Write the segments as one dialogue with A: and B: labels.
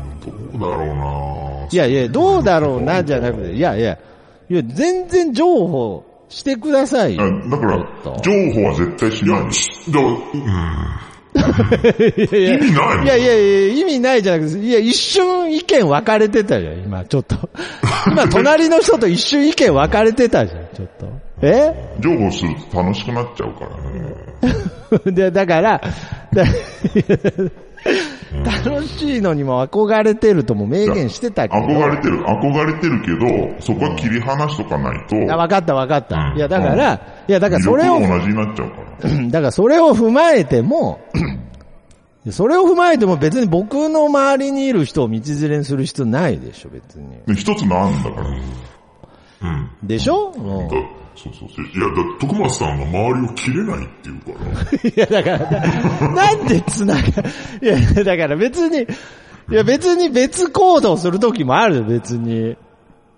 A: だろうない
B: やいや、どうだろうな、じゃなくて、いやいや、いや、全然情報してくださいよ。
A: だから
B: ちょっ、と
A: 情報は絶対しない。だうん。
B: いやいや
A: 意味ないの
B: いやいやいや、意味ないじゃなくて、いや、一瞬意見分かれてたじゃん、今、ちょ っと。今、隣の人と一瞬意見分かれてたじゃん、ちょっと。え
A: 情報すると楽しくなっちゃうからね。
B: で、だから、だ楽しいのにも憧れてるとも明言してたけど。
A: 憧れてる、憧れてるけど、そこは切り離しとかないと、
B: あ、分かった分かった。
A: うん
B: いや、だから、いや、だからそれを
A: 魅力が同じになっちゃうから。
B: だからそれを踏まえても、それを踏まえても別に僕の周りにいる人を道連れにする必要ないでしょ、別に。
A: で一つなんだから。うん。
B: でしょ、うん
A: だそうそうそう。いや、だ徳松さんが周りを切れないっていうから。
B: いや、だから、ななんで繋が、いや、だから別に、いや別に別行動する時もあるよ、別に。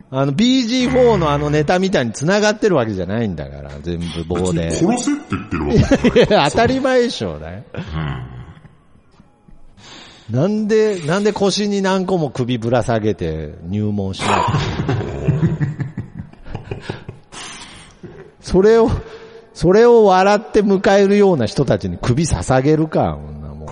B: あの、BG4 のあのネタみたいに繋がってるわけじゃないんだから、全部棒で。
A: 別に殺せって言ってるわけじゃない
B: いや、 当たり前でしょうね。なんで、なんで腰に何個も首ぶら下げて入門しない それを、それを笑って迎えるような人たちに首捧げるか、こんなもん。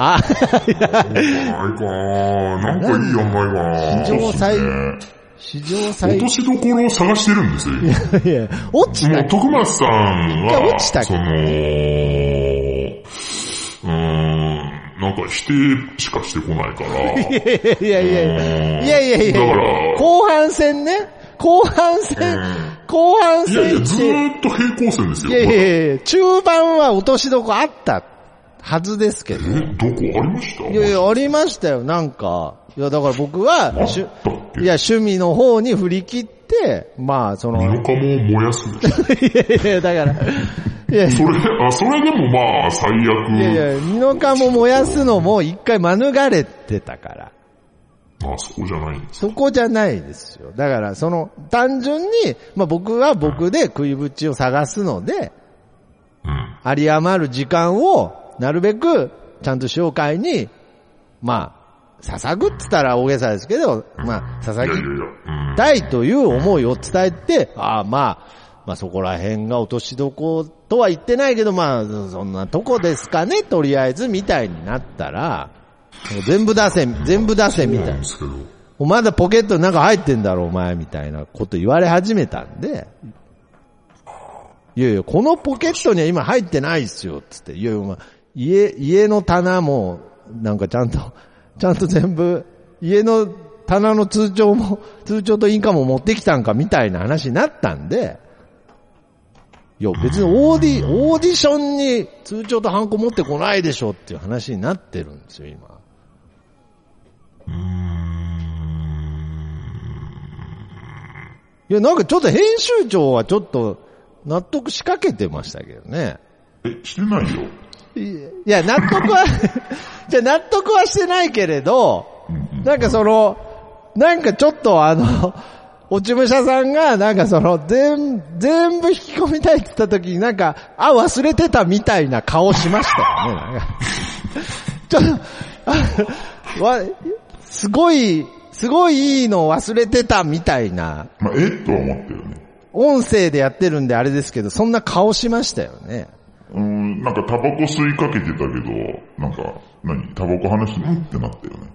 B: あ、
A: ないかななんかいい塩梅かな
B: 非常最
A: そう
B: 史上最
A: っすね落としどころを探してるんですよ。
B: いや、落ち
A: も
B: た
A: う、徳松さん
B: 一回
A: は
B: 落、ちた
A: その、うーん、なんか否定しかしてこないから、
B: いやいやいやいやいやいやいや
A: だから
B: 後半戦ね。後半戦、後半
A: いやいや、
B: 戦っ
A: ず
B: て、
A: ーっと平行線ですよ。
B: いやいやいや、中盤は落としどこあったはずですけど。
A: え、どこありました
B: いやいや、ありましたよ、なんか。いや、だから僕は、しゅ
A: あったっけ
B: いや、趣味の方に振り切って、まあ、その、
A: 身
B: い
A: の釜を燃やすでしょ。
B: やいや、だから、いやい
A: それ、あ、それでもまあ、最悪。
B: やいや、二のも燃やすのも一回免れてたから。
A: まあ、そこじゃないんです。
B: そこじゃないですよ。だから、その、単純に、まあ僕は僕で食いぶちを探すので、
A: うん。
B: 有り余る時間を、なるべく、ちゃんと紹介に、まあ、捧ぐって言ったら大げさですけど、まあ、
A: いや
B: 捧
A: いやい
B: ぎ
A: や。うん。
B: たいという思いを伝えて、ああ、まあ、まあそこら辺が落としどことは言ってないけど、まあ、そんなとこですかね、とりあえず、みたいになったら、全部出せ、全部出せ、みた
A: ないん
B: な
A: で。すけど。
B: おまだポケットの中入ってんだろ、お前、みたいなこと言われ始めたんで、いやいや、このポケットには今入ってないっすよ、つって。いやいや、お前家、家の棚も、なんかちゃんと、 ちゃんと全部、家の棚の通帳も、通帳と印鑑も持ってきたんか、みたいな話になったんで、いや、別にオーディ、オーディションに通帳とハンコ持ってこないでしょっていう話になってるんですよ、今。いや、なんかちょっと編集長はちょっと納得しかけてましたけどね。
A: え、してないよ。
B: いや、納得は、 じゃあ納得はしてないけれど、なんかその、なんかちょっとあの、落ち武者さんが、なんかその、全、全部引き込みたいって言った時になんか、あ、忘れてたみたいな顔しましたよね、なんか。ちょっと、あわ、すごい、すごいいいのを忘れてたみたいな、
A: まあ、えとは思ってるね。
B: 音声でやってるんであれですけど、そんな顔しましたよね。
A: うーん、なんかタバコ吸いかけてたけど、なんか、何タバコ話して、うんってなったよね。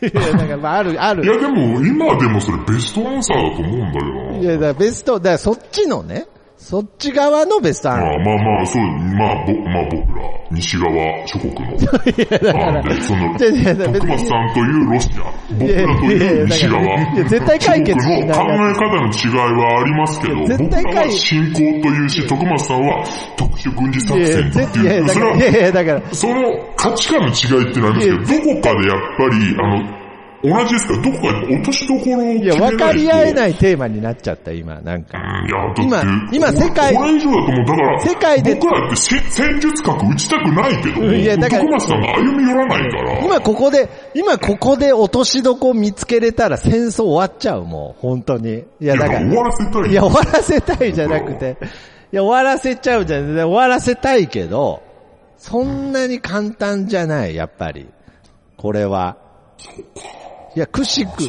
B: いや、なんかまあある、ある
A: い。やでも、今でもそれベストアンサーだと思うんだ
B: い
A: けどな。
B: や、だからベスト、だからそっちのね、そっち側のベストアン
A: ま
B: サ
A: あまあまあ、そう、まあ、ぼ、まあ僕ら、西側諸国の。 なんで、その、
B: いやいや別に
A: 徳松さんというロシア、僕らと
B: いやい
A: い
B: や
A: う西側。
B: いやいや絶対解決しない
A: 諸国の考え方の違いはありますけど、
B: いや絶
A: 僕
B: 対
A: らは
B: 解
A: 侵攻というし、徳松さんは特殊軍事
B: ー。い
A: 作
B: や
A: 戦だ
B: い
A: ってい
B: や
A: う、
B: だ
A: そ
B: か
A: れは
B: ら、
A: い
B: やいや、だから、
A: その価値観の違いってなりますけど、どこかでやっぱり、あの、同じですから、どこかで落としどころを決
B: い
A: め
B: や、
A: ないと。
B: 分かり合えないテーマになっちゃった、今、なんか。
A: うん。いや、だって
B: 今今
A: これ
B: 世界
A: これ以上だと思う。だから、
B: 世界で
A: 僕らってせ戦術核打ちたくないけど、
B: いやだから
A: 徳松さんが歩み寄らないから。
B: 今ここで、今ここで落としどこ見つけれたら戦争終わっちゃう、もう、本当に。いや、
A: いや
B: だから、
A: 終わらせたい。
B: いや、終わらせたいじゃなくて、いや、終わらせちゃうじゃん。終わらせたいけど、そんなに簡単じゃない、やっぱり。これは。いや、くしく、い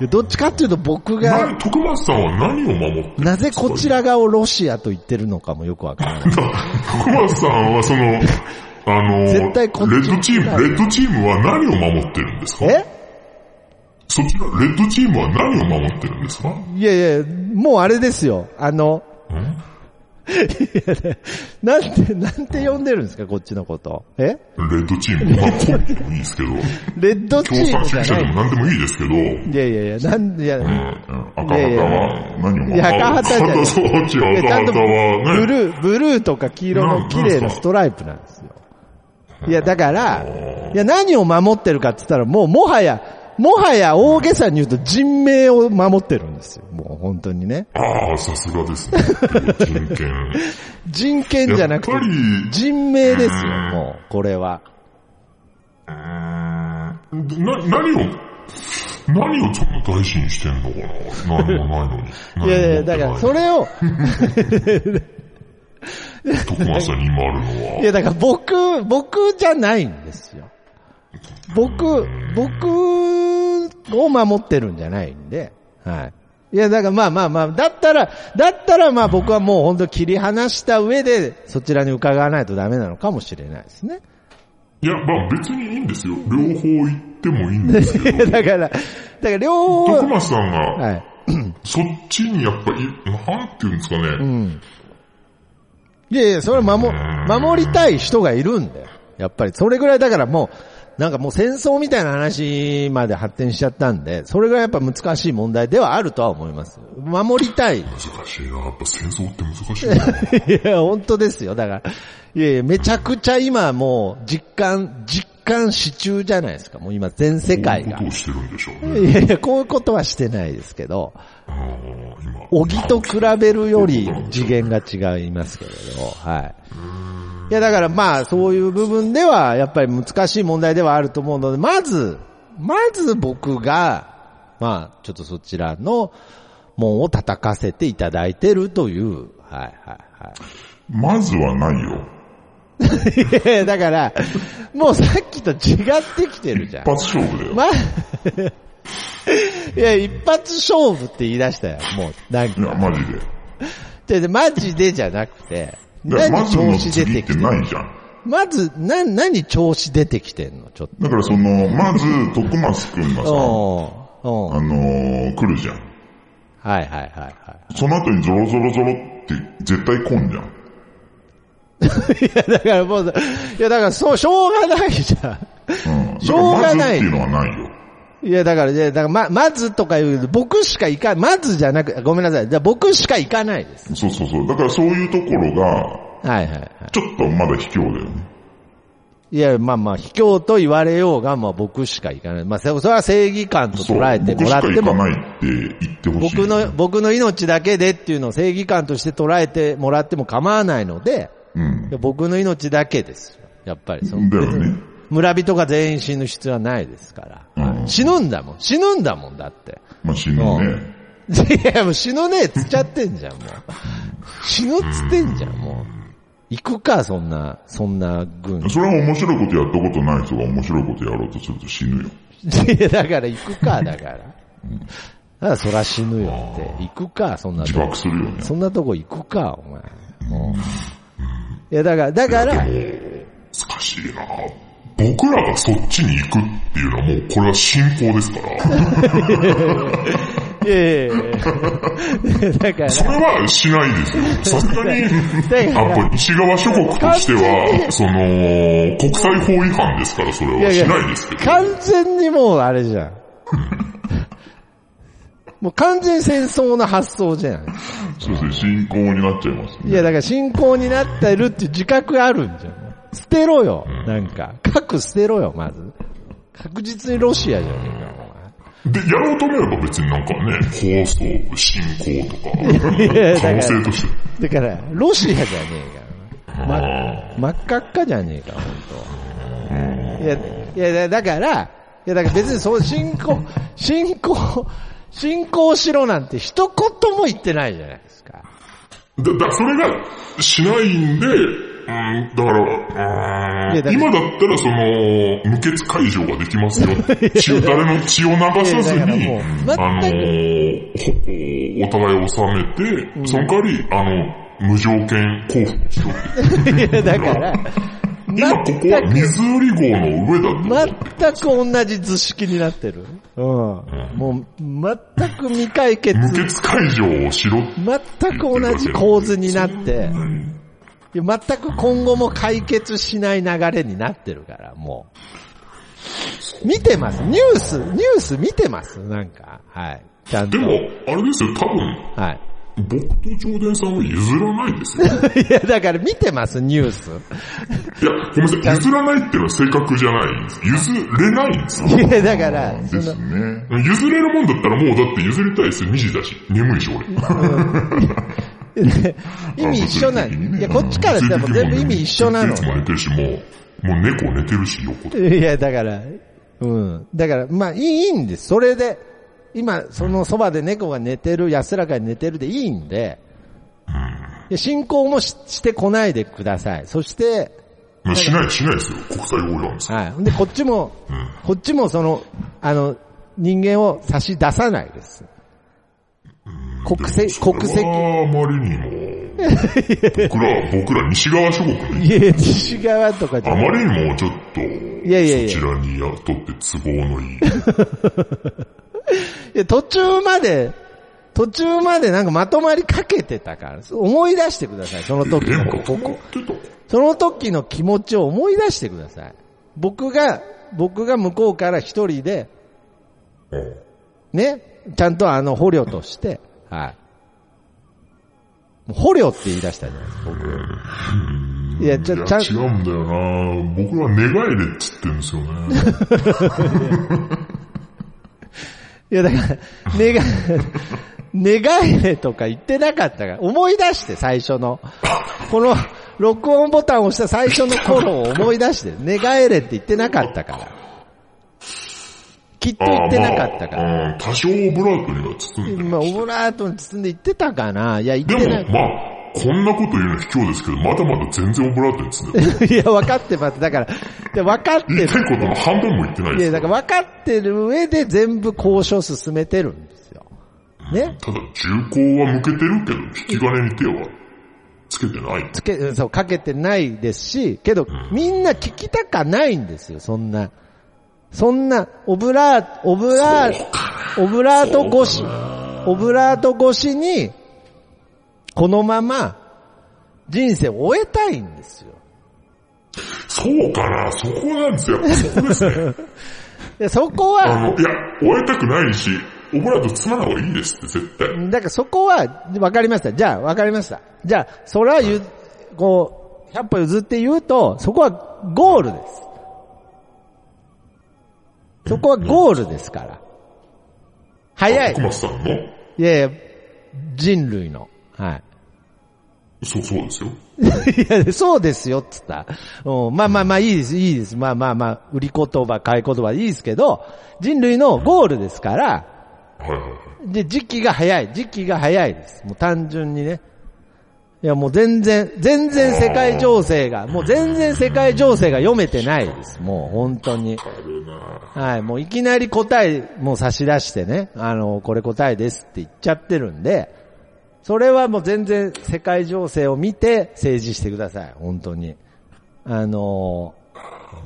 B: やどっちかっていうと僕が、
A: な徳松さんは何を守って
B: なぜこちら側をロシアと言ってるのかもよくわからない。
A: 徳松さんはその、あの、レ
B: 絶対こっち
A: ッドチーム、レッドチームは何を守ってるんですか
B: え
A: そちら、レッドチームは何を守ってるんですか
B: いやいや、もうあれですよ。あの、いやなんて、なんて呼んでるんですか、こっちのこと。え
A: レッドチーム、まあ、コンビでもいいですけど、
B: レッドチ
A: 共産
B: ーム
A: 主
B: じ
A: 義
B: ゃ
A: 者
B: な
A: で
B: い。
A: も何でもいいですけど、うん
B: いやいやいや、なん、いや、
A: 赤旗は何を守ってる
B: いや赤旗じゃない
A: 赤旗そう違
B: いや
A: う
B: ちゃん
A: 赤
B: と
A: 旗は
B: ブ
A: ね、
B: ルー、ブルーとか黄色の綺麗なストライプなんですよ。いや、だから、いや、何を守ってるかって言ったら、もう、もはや、もはや大げさに言うと人命を守ってるんですよ。もう本当にね。
A: ああ、さすがですね。人権。
B: 人権じゃなくて
A: やっぱり、
B: 人命ですよ、もう、これは。
A: な、何を、何をそんな大事にしてんのかな何もないのに。
B: いやいや、だから、そ
A: れ。
B: れを、
A: 徳松さんに今あるの
B: い
A: は。
B: や、だから僕、僕じゃないんですよ。僕、僕を守ってるんじゃないんで、はい。いや、だからまあまあまあ、だったら、だったらまあ僕はもう本当切り離した上で、そちらに伺わないとダメなのかもしれないですね。
A: いや、まあ別にいいんですよ。両方言ってもいいんですけど。
B: いや、だから、だから 両
A: 徳
B: 方、
A: 松さんが、
B: はい。
A: そっちにやっぱり、なんていうんですかね。
B: うん。いやいや、それは守、守りたい人がいるんだよ。やっぱり、それぐらいだからもう、なんかもう戦争みたいな話まで発展しちゃったんで、それぐらいやっぱ難しい問題ではあるとは思います。守りたい。い
A: 難しいな。やっぱ戦争って難しいな。
B: や、本当ですよ。だから、いやいや、めちゃくちゃ今もう実感、実感し中じゃないですか。もう今全世界が
A: どういうこと。をしてるんでしょうね。
B: いやいや、こういうことはしてないですけど、
A: あー今。
B: おぎと比べるより次元が違いますけれど、はい。いや、だからまあ、そういう部分では、やっぱり難しい問題ではあると思うので、まず、まず僕が、まあ、ちょっとそちらの門を叩かせていただいてるという、はいはい はい。
A: まずはないよ。
B: いやいやだから、もうさっきと違ってきてるじゃん
A: 一。発勝負だよ。
B: まあ、 いや、一発勝負って言い出したよ、もう。なん
A: いや、
B: か。
A: マジで。
B: で、でマジでじゃなくて、
A: だからま
B: 何
A: ず
B: 調
A: の
B: 子出
A: 次
B: て
A: って
B: きてん
A: ないじゃん。
B: まず、な、何調子出てきてんのちょっ
A: だからその、まず、徳松く んがさ、
B: と。うん。うん。
A: あのー、来るじゃん。
B: はいはいはい は
A: その後にゾロゾロゾロって絶対来んじゃん。
B: い。いや、だからもう、いや、だからそう、しょうがないじゃん。
A: うん。
B: しょうがない
A: だからまずっていうのはないよ。
B: いや、だから、いや、だから、ま、まずとか言うけど、僕しか行か、まずじゃなく、ごめんなさい。じゃあ僕しか行かないです。
A: そうそうそう。だからそういうところが、
B: はいはいはい。
A: ちょっとまだ卑怯だよね。
B: いや、まあまあ、卑怯と言われようが、まあ僕しか行かない。まあ、そそれは正義感と
A: そう。
B: 捉えて
A: 僕
B: も
A: し
B: らっ
A: か
B: て
A: 行か
B: も、
A: ないって言ってほしい。
B: 僕の、僕の命だけでっていうのを正義感として捉えてもらっても構わないので、
A: うん
B: い。や僕の命だけですよ。やっぱりその。
A: だよね。
B: 村人が全員死ぬ必要はないですから。
A: うん
B: 死ぬんだもん。死ぬんだもんだって。
A: まあ死ぬね。
B: いや、もう死ぬねえっつっちゃってんじ ゃん、もう。死ぬっつってんじゃん、もう。行くか、そんな、そんな軍。い
A: それは面白いことやったことない人が面白いことやろうとすると死ぬよ。
B: や、だから行くか、だから。だからそら死ぬよって。行くか、そんなと
A: 自
B: こ
A: 爆。するよね。
B: そんなとこ行くか、お前。もういや、だから、だから、
A: 難しいな僕らがそっちに行くっていうのはもうこれは信仰ですから。
B: いやいやいやだから、
A: それはしないですよ。さすが に、や
B: だから
A: っぱ西側諸国としては、その、国際法違反ですから、それはしないですけど。
B: 完全にもうあれ じゃん。もう完全に戦争の発想じゃん。
A: そうですね、信仰になっちゃいます
B: い
A: ね。
B: や、だから信仰になってるっていう自覚あるんじゃん。捨てろよ、なんか。核捨てろよ、まず。確実にロシアじゃねえ
A: で、
B: か、
A: やろうと思えば別になんかね、放送、信仰とか、
B: やだか
A: 可
B: ら
A: 能性として。
B: お前。だから、ロシアじゃねえか。
A: あ
B: ま
A: あ
B: 真っ赤っかじゃねえか、本当。いや、いや、だから、いや、だから別にそう、信仰、信仰、信仰しろなんて 一言も言ってないじゃないですか。
A: だ、だ、それがしないんで、うん、だから、う
B: い
A: ーん、
B: やだって
A: 今だったらその、無血解除ができますよ。血を、誰 の血を流さず
B: いやだから
A: に
B: もう、
A: あの
B: 全
A: ーほお互いを収めて、その代わり、あの、無条件降伏しろって。
B: いや、だから、
A: 今ここはミズーリ号の上だと。
B: 全く同じ図式になってる。うん。もう、全く未解決、
A: 無血解除をしろって。
B: 全く同じ構図になって、いや全く今後も解決しない流れになってるから、もう。見てます。ニュース、ニュース見てます。なんか、はい。ちゃんと
A: で。も、あれですよ、多分、
B: はい。
A: 僕と上田さんは譲らないですよ。
B: いや、だから見てます、ニュース。
A: いや、ごめんなさい、譲らないっていうのは正確じゃないんです。譲れないんですよ。
B: いや、だから、そ
A: で
B: の
A: す、ね。譲れるもんだったらもうだって譲りたいですよ。2時だし。眠いし、俺。
B: ね意味一緒なんいや、こっちからしても全部意味一緒なの
A: い。つも寝てるし、もう、もう猫寝てるし、横で。
B: いや、だから、うん。だから、まあ、いいいいんです。それで、今、そのそばで猫が寝てる、安らかに寝てるでいいんで、いや進行もししてこないでください。そして、
A: まあしない、しないですよ。国際法違反ですよ。
B: はい。で、こっちも、
A: うん
B: こっちもその、あの、人間を差し出さないです。国籍、国籍
A: それ、はあまりにも、僕ら、僕ら西側諸国に、
B: いやいや西側とかじ
A: あ
B: ゃない。
A: まりにもちょっと、
B: いやいやいや
A: そちらに雇って都合のいい。
B: いや途中まで、途中までなんかまとまりかけてたから、思い出してください、その時
A: え、な
B: の
A: んか、
B: こ
A: こ
B: こ。
A: ってた
B: その時の気持ちを思い出してください。僕が、僕が向こうから一人で、
A: うん
B: ね、ちゃんとあの捕虜として、はい。捕虜って言い出したじゃないですか、僕。いや、ち
A: い
B: ゃ、
A: や
B: ちゃん、
A: 違うんだよな僕は寝返れっつってんですよね。
B: いやだから、寝が、 寝返れとか言ってなかったから、思い出して最初の。この、録音ボタンを押した最初の頃を思い出して、寝返れって言ってなかったから。きっと言ってなかったから。
A: あー、まあ、うん多少オブラートには包んでる。
B: まあ、オブラートに包んで言ってたかないや、言ってな
A: でも、
B: い。
A: まあ、こんなこと言うのは卑怯ですけど、まだまだ全然オブラートに包んでる。
B: いや、分かってます。だから、で分かって
A: 言いたい
B: る。
A: ことの半分も言ってない
B: い
A: で
B: や、
A: す
B: だから分かってる上で全部交渉進めてるんですよ。ね
A: ただ、銃口は向けてるけど、引き金に手はつけてない。
B: つけ、そう、かけてないですし、けど、みんな聞きたかないんですよ、そんな。そんな、オブラート、オブラート、オブラート越し、オブラート越しに、このまま、人生を終えたいんですよ。
A: そうかなそこなんです よ。そこですね。
B: でそこ
A: あ
B: は、
A: の、いや、終えたくないし、オブラート包まない方がいいですって、絶対。
B: だからそこは、わかりました。じゃあ、わかりました。じゃあ、それはゆ、こう、100歩譲って言うと、そこはゴールです。そこはゴールですから。早い
A: 福。松さんの
B: いやいや、人類の。は
A: そう、そうですよ。
B: い。いや、そうですよ、っつった。うん、まあまあまあ、いいです、いいです。まあまあまあ、売り言葉、買い言葉、いいですけど、人類のゴールですから、
A: はいはいはい。
B: で、時期が早い。時期が早いです。もう単純にね。いや、もう全然、全然世界情勢が、もう全然世界情勢が読めてないです。もう本当に。
A: あるな
B: はい、もういきなり答え、もう差し出してね、あの、これ答えですって言っちゃってるんで、それはもう全然世界情勢を見て政治してください。本当に。あのー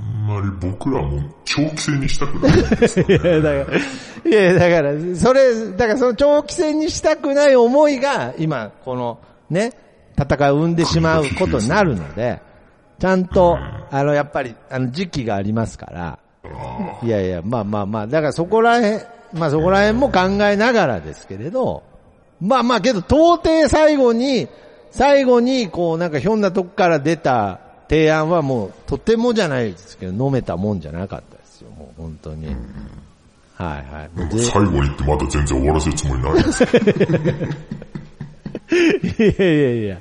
A: あんまり僕らも長期戦にしたくない。
B: いや、だから、いや、だから、それ、だからその長期戦にしたくない思いが、今、この、ね、戦いを生んでしまうことになるので、ちゃんと、あの、やっぱり、あの、時期がありますから、いやいや、まあまあまあ、だからそこら辺、まあそこら辺も考えながらですけれど、まあまあけど、到底最後に、最後に、こうなんかひょんなとこから出た提案はもう、とてもじゃないですけど、飲めたもんじゃなかったですよ、もう本当に。はいはい。もうぜ
A: 最後にってまだ全然終わらせるつもりないです。
B: いやいやいや。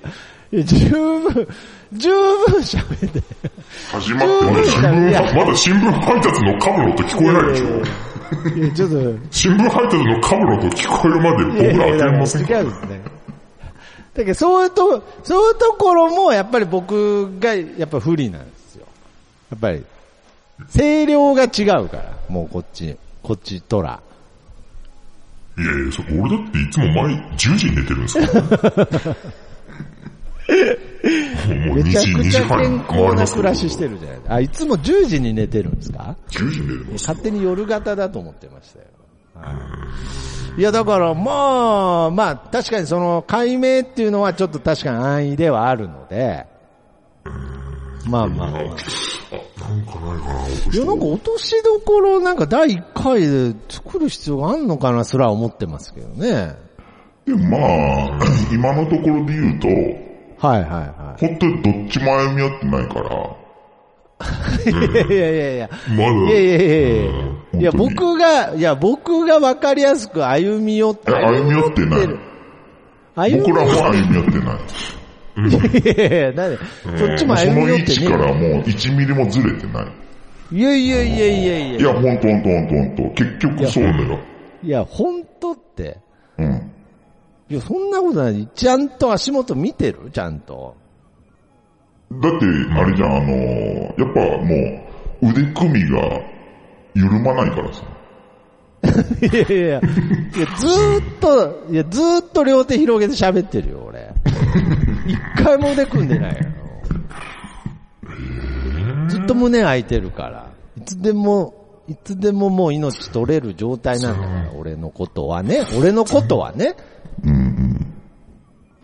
B: いや十分、十分喋って。
A: 始まってまだ新
B: いや
A: 聞、まだ新聞配達のカブロと聞こえないでしょ。
B: いや、ちょっと、
A: 新聞配達のカブロと聞こえるまで
B: いやい
A: 僕ら
B: や
A: は当
B: だか
A: て
B: ら
A: ませんか
B: 違
A: ら
B: うですね。だけどそういうと、そういうところもやっぱり僕がやっぱ不利なんですよ。やっぱり、声量が違うから、もうこっち、こっちトラ。
A: いやいや、そこ俺だっていつも毎10時に寝てるん ですから。もう2
B: めちゃ
A: 時、2
B: くち
A: 時
B: ゃ
A: 半
B: 健
A: 回
B: 康
A: りま
B: な
A: す
B: 暮らししてるじゃないあ、いつも10時に寝てるんですか
A: 10時に寝てます。
B: 勝手に夜型だと思ってましたよ。はい、いや、だから、まあ、まあ、確かにその、解明っていうのはちょっと確かに安易ではあるので、まあまあまあ。い
A: なんかないかな、落とし
B: や、なんか落としどころ、なんか第1回で作る必要があんのかなすら思ってますけどね。
A: でもまあ、今のところで言うと、
B: はいはいは
A: 本当にどっちも歩み合ってないから、
B: い。いやいやいや。
A: まだ、
B: いやいやいやいや
A: うん
B: いや、
A: 本当に
B: 僕が、いや、僕がわかりやすく歩み寄って、
A: え歩み寄ってない。
B: 歩み
A: 僕
B: 寄
A: ら
B: っ
A: は歩み寄ってない。
B: て、いやいやいや、なんで、そっちも
A: そ
B: 歩み
A: の
B: 寄
A: 位
B: って
A: 置
B: ね
A: からもう1ミリもずれてない。
B: いやいやいやいやい
A: い
B: や。
A: や、ほんとほんとほんとほんと。結局そうだよ。
B: いや、本当って。
A: うん。
B: いや、そんなことない。ちゃんと足元見てるちゃんと。
A: だって、あれじゃん、あのーやっぱもう、腕組みが緩まないからさ。
B: いやいやいや。いや、ずーっと、いや、ずーっと両手広げて喋ってるよ、俺。一回も腕組んでないよ。ずっと胸開いてるから。いつでも、いつでももう命取れる状態なんだから、俺のことはね。俺のことはね。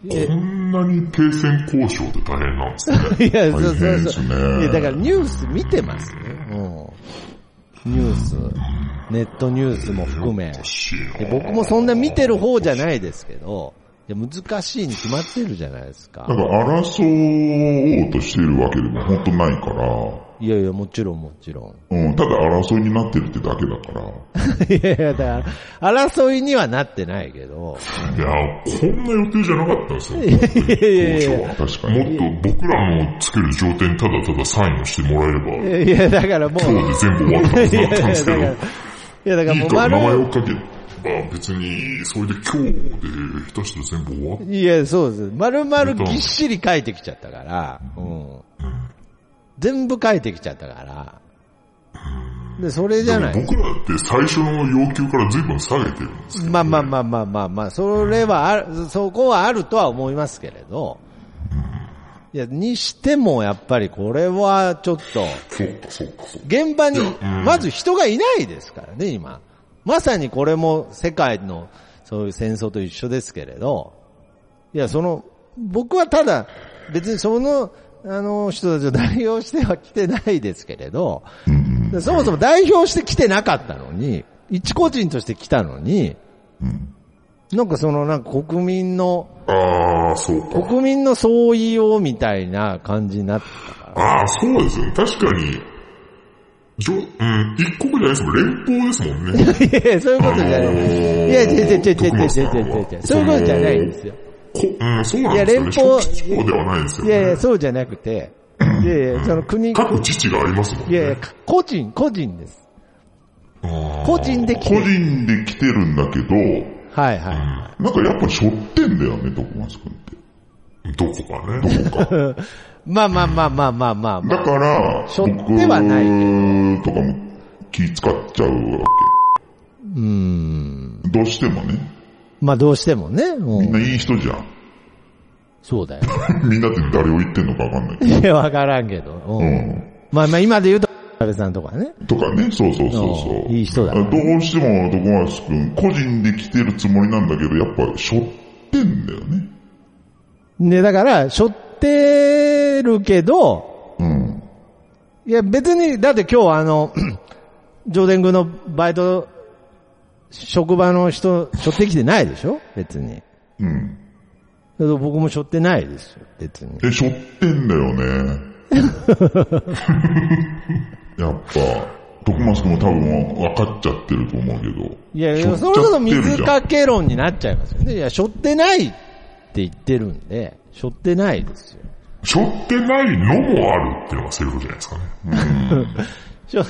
A: こんなに停戦交渉って大変なんですね。
B: いや、そう
A: 大
B: そう
A: 変で
B: そ
A: す
B: う。
A: ね
B: いや、だからニュース見てますよ。うん。ニュース。ネットニュースも含め。
A: おかしいな
B: で僕もそんな見てる方じゃないですけど、いや難しいに決まってるじゃないですか
A: な。んか争おうとしてるわけでも本当ないから、
B: いやいや、もちろんもちろん。
A: うん、ただ争いになってるってだけだから。
B: いやいや、だから、争いにはなってないけど。
A: いや、こんな予定じゃなかったんですよ。
B: いやいやい
A: 交
B: や
A: 渉は確かに。もっと僕らの作る状態にただただサインをしてもらえれば、
B: いや、だからもう。
A: 今日で全部終わったはず
B: い
A: だっ
B: や い
A: たんで
B: や、
A: すけ
B: だか
A: ど
B: ら、い、やだから
A: い
B: も
A: いうから
B: 丸
A: 名前
B: 々
A: を、かけば別に、それで今日で下手したら全部終わっ
B: いや、そうです。丸々ぎっしり書いてきちゃったから、うん。全部書いてきちゃったから。で、それじゃない。
A: 僕らって最初の要求から随分下げてるんですよ。
B: まあまあまあまあまあまあ、それはある、そこはあるとは思いますけれど。いや、にしてもやっぱりこれはちょっと、
A: そうか、そうか、そうか。
B: 現場に、まず人がいないですからね、今。まさにこれも世界のそういう戦争と一緒ですけれど、いや、その、僕はただ、別にその、あの人たちを代表しては来てないですけれど、でそもそも代表して来てなかったのに、一個人として来たのに、なんかそのなんか国民の、
A: ああ、そうか。
B: 国民の総意をみたいな感じになったから。
A: ああ、そうですよね。確かに、じょうん、一国じゃないですもん。連邦ですもんね。
B: いやいや、そういうことじゃない。いや、違う違う違う違う違う違う違う。そういうことじゃないんですよ。
A: こうん、そうなんですよね。
B: いや連邦
A: 小地方ではないですよ
B: い
A: ね。
B: やいや、そうじゃなくて、いやいや、その国、い
A: 各自治がありますもんね。
B: やいや、個人、個人です。
A: あー
B: 個人で来て
A: 個人で来てるんだけど、
B: はいは
A: なんかやっぱしょってんだよね、どこま君って。どこかね。ど こか。
B: い。まあまあまあまあまあまあま
A: だから、
B: しょってはない
A: 僕とかも気使っちゃうわ
B: あ。うーん。
A: け。どうしてもね。
B: まあどうしてもね、
A: みん
B: うん、
A: ないい人じゃん。
B: そうだよ。
A: みんなって誰を言ってんのかわかんないけど。
B: いや、わからんけど。う、
A: うんん。
B: まあまあ今で言うと、安部さんとかね。
A: とかね、そうそうそうそう。
B: うんいい人だ
A: どうしても、徳松くん、個人で来てるつもりなんだけど、やっぱ、しょってんだよね。
B: で、だから、しょってるけど、
A: うん。
B: いや、別に、だって今日あの、 上田君のバイト、職場の人、しょってきてないでしょ別に。
A: うん。
B: だけど僕もしょってないですよ、別に。
A: え、しょってんだよね。 やっぱ、徳松くんも多分分かっちゃってると思うけど。
B: いや、
A: しょっ
B: それこそ
A: ちゃってるじ
B: 水
A: ゃん
B: かけ論になっちゃいますよね。いや、しょってないって言ってるんで、しょってないですよ。
A: しょってないのもあるっていうのがセリフじゃないですかね。
B: しょ、し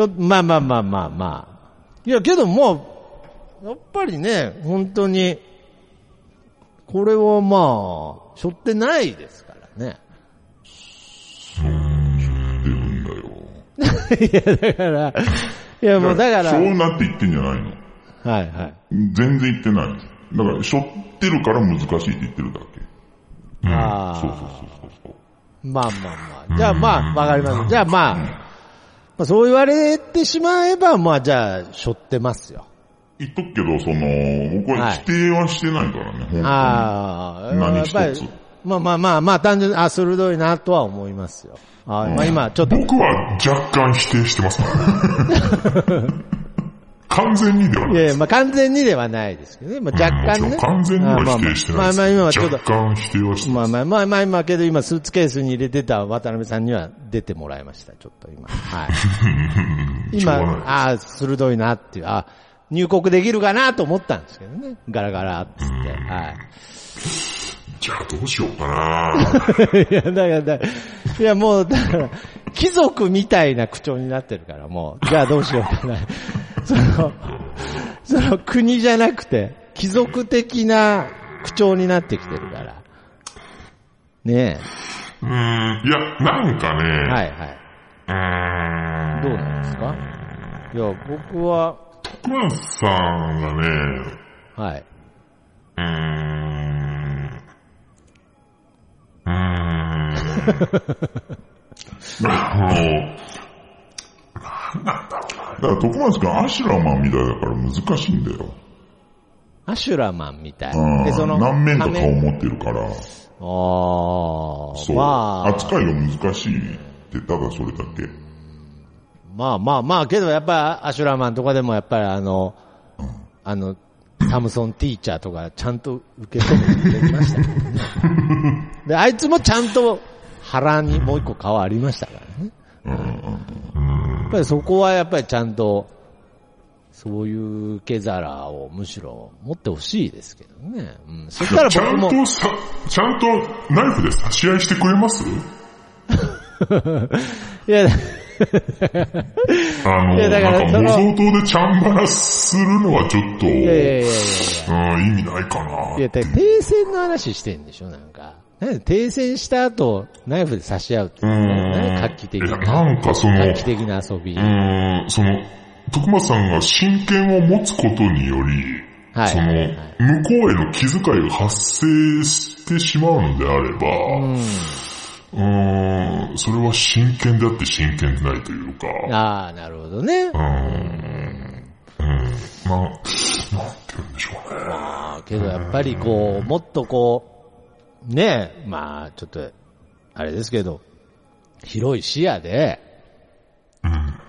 B: ょ、まあまあまあまあまあ。いや、けどもう、やっぱりね、本当に、これはまあ、しょってないですからね。
A: 出るんだよ。
B: いや、だから、いやもうだから、は
A: そ
B: いう
A: なって言ってんじゃないの。
B: はい。
A: 全然言ってない。だから、しょってるから難しいって言ってるだけ。うん
B: あー
A: そうそうそうそう
B: まあまあまあ。じゃあまあ、わかります。じゃあまあ、まあ、そう言われてしまえば、まあじゃあ、しょってますよ。
A: 言っとくけど、その、僕は
B: はい
A: 否定はしてないからね、本当に。
B: ああ、
A: 何
B: やっぱり
A: 一つ
B: まあまあまあまあ、単純に、あ、鋭いなとは思いますよ。はい。まあ今、ちょっと、
A: 僕は若干否定してます からね完全にではないい。
B: やいや、まあ完全にではないですけどね。まあ若干ね。
A: 完全には否定してないです。
B: まあまあまあ今はちょっと
A: 若干否定はして
B: まあまあまあまあ今けど今スーツケースに入れてた渡辺さんには出てもらいました、ちょっと今。はい。
A: しょう
B: 今、
A: がないです
B: ああ、鋭いなっていう、あ入国できるかなと思ったんですけどね。ガラガラっつって。はい。
A: じゃあどうしようか な
B: いや、だから、だいや、もう、だから、貴族みたいな口調になってるから、もう、じゃあどうしようかな。その、その国じゃなくて、貴族的な口調になってきてるから。ね
A: うーん、いや、なんかね、
B: え。はいはい。
A: うーん
B: どうなんですかいや、僕は、
A: クマさんがね、
B: はい。
A: うーん、うーん、あの、なんだろうな。だから、徳松君、アシュラマンみたいだから難しいんだよ。
B: アシュラマンみた
A: うん
B: い。で、その、
A: 何面か
B: 仮
A: 顔
B: 面
A: 持ってるから、
B: あ
A: そ
B: あ、
A: う、
B: まあ、
A: 扱いが難しいって、ただそれだけ。
B: まあまあまあ、けどやっぱアシュラマンとかでもやっぱりあの、あの、サムソンティーチャーとかちゃんと受け止めてくれ ましたからね。で、あいつもちゃんと腹にもう一個顔ありましたからね。やっぱりそこはやっぱりちゃんと、そういう受け皿をむしろ持ってほしいですけどね。うん。そしたら
A: ちゃ
B: 僕
A: ん
B: も、
A: とさ、ちゃんとナイフで差し合いしてくれます
B: いや、
A: あの、
B: いやだから
A: なん
B: そ
A: か
B: の
A: 模造刀でチャンバラするのはちょっと、
B: いやいやいやいやい
A: うん、意味ないかな。
B: や。いや、だから停戦の話してんでしょ、なんか。なんで停戦した後、ナイフで刺し合うって。
A: う
B: ね
A: ん。
B: 画期的
A: いや、なんかその、
B: 画期的な遊び。はい
A: うん、その、徳松さんが真剣を持つことにより、その、
B: はい。
A: 向こうへの気遣いが発生してしまうのであれ
B: う
A: ば、
B: ん。
A: うん、ん、それは真剣であって真剣でないというか、
B: ああ、なるほどね。
A: うん、うん、まあ、なんて言うんでしょうね。
B: まあ、けどやっぱりこう、もっとこう、ねえ、まあ、ちょっと、あれですけど、広い視野で、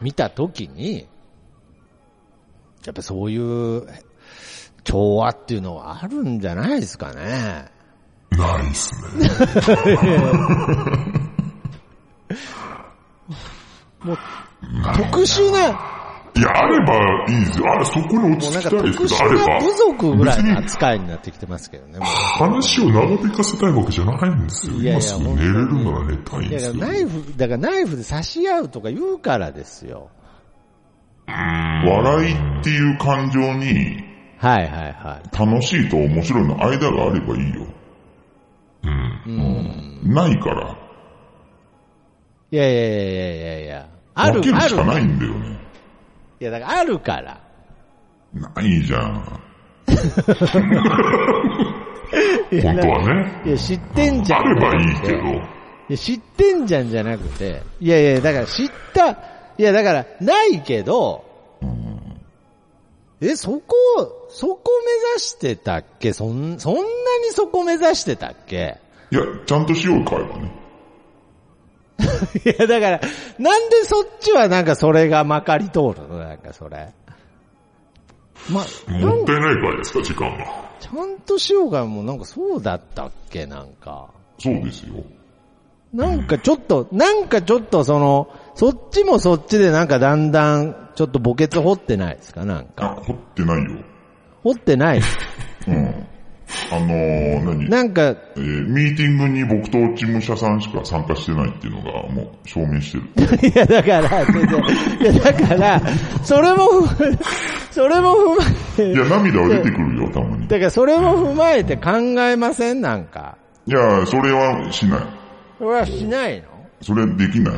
B: 見たときに、やっぱそういう、調和っていうのはあるんじゃないですかね。
A: ないっすね。
B: 特殊な、
A: いや、あればいいですよ。あれ、そこに落
B: もう
A: ち
B: な
A: 着
B: んか
A: きた
B: 特
A: いですけど、あ
B: 殊
A: れ
B: な
A: ば。
B: 部族ぐらいの扱いになってきてますけどね。もう
A: 話を長引かせたいわけじゃないんですよ。
B: いやいや
A: 今すぐ寝れるなら寝たいん
B: い
A: で
B: やだ
A: す
B: か
A: よ。
B: らナイフ、だからナイフで刺し合うとか言うからですよ。
A: 笑いっていう感情に、
B: はいはいは
A: 楽しいと面白いの間があればいいよ。うん。ないから。
B: い。いやいやいやいやいやあ
A: 分
B: る
A: け、る
B: あ
A: し
B: る
A: か。ないんだよね。
B: いやだからあるから。
A: ないじゃん。本当はね。
B: いや知ってんじゃ
A: あ
B: ん。
A: ればいいけど。
B: いや知ってんじゃんじゃなくて。いやいや、だから知った、いやだからないけど、え、そこ、そこ目指してたっけそん、そんなにそこ目指してたっけ
A: いや、ちゃんとしようかよね。
B: いや、だから、なんでそっちはなんかそれがまかり通るのなんかそれ。ま、な
A: も
B: ん
A: ったいないからですか、時間が。
B: ちゃんとしようがもうなんかそうだったっけなんか。
A: そうですよ。
B: なんかちょっと、なんかちょっとその、そっちもそっちでなんかだんだん、ちょっと墓穴掘ってないですかなん
A: あ、
B: か。
A: 掘ってないよ。
B: 掘ってない。
A: うん。あのー、何
B: なんか、
A: えーミーティングに僕と事務者さんしか参加してないっていうのがもう証明してる。
B: いや、だから、それでいや、だから、それも踏ま、それも踏まえ
A: いや、涙は出てくるよ、たまに。
B: だから、それも踏まえて考えませんなんか。
A: いや、それはしない。
B: それはしないの
A: それできない。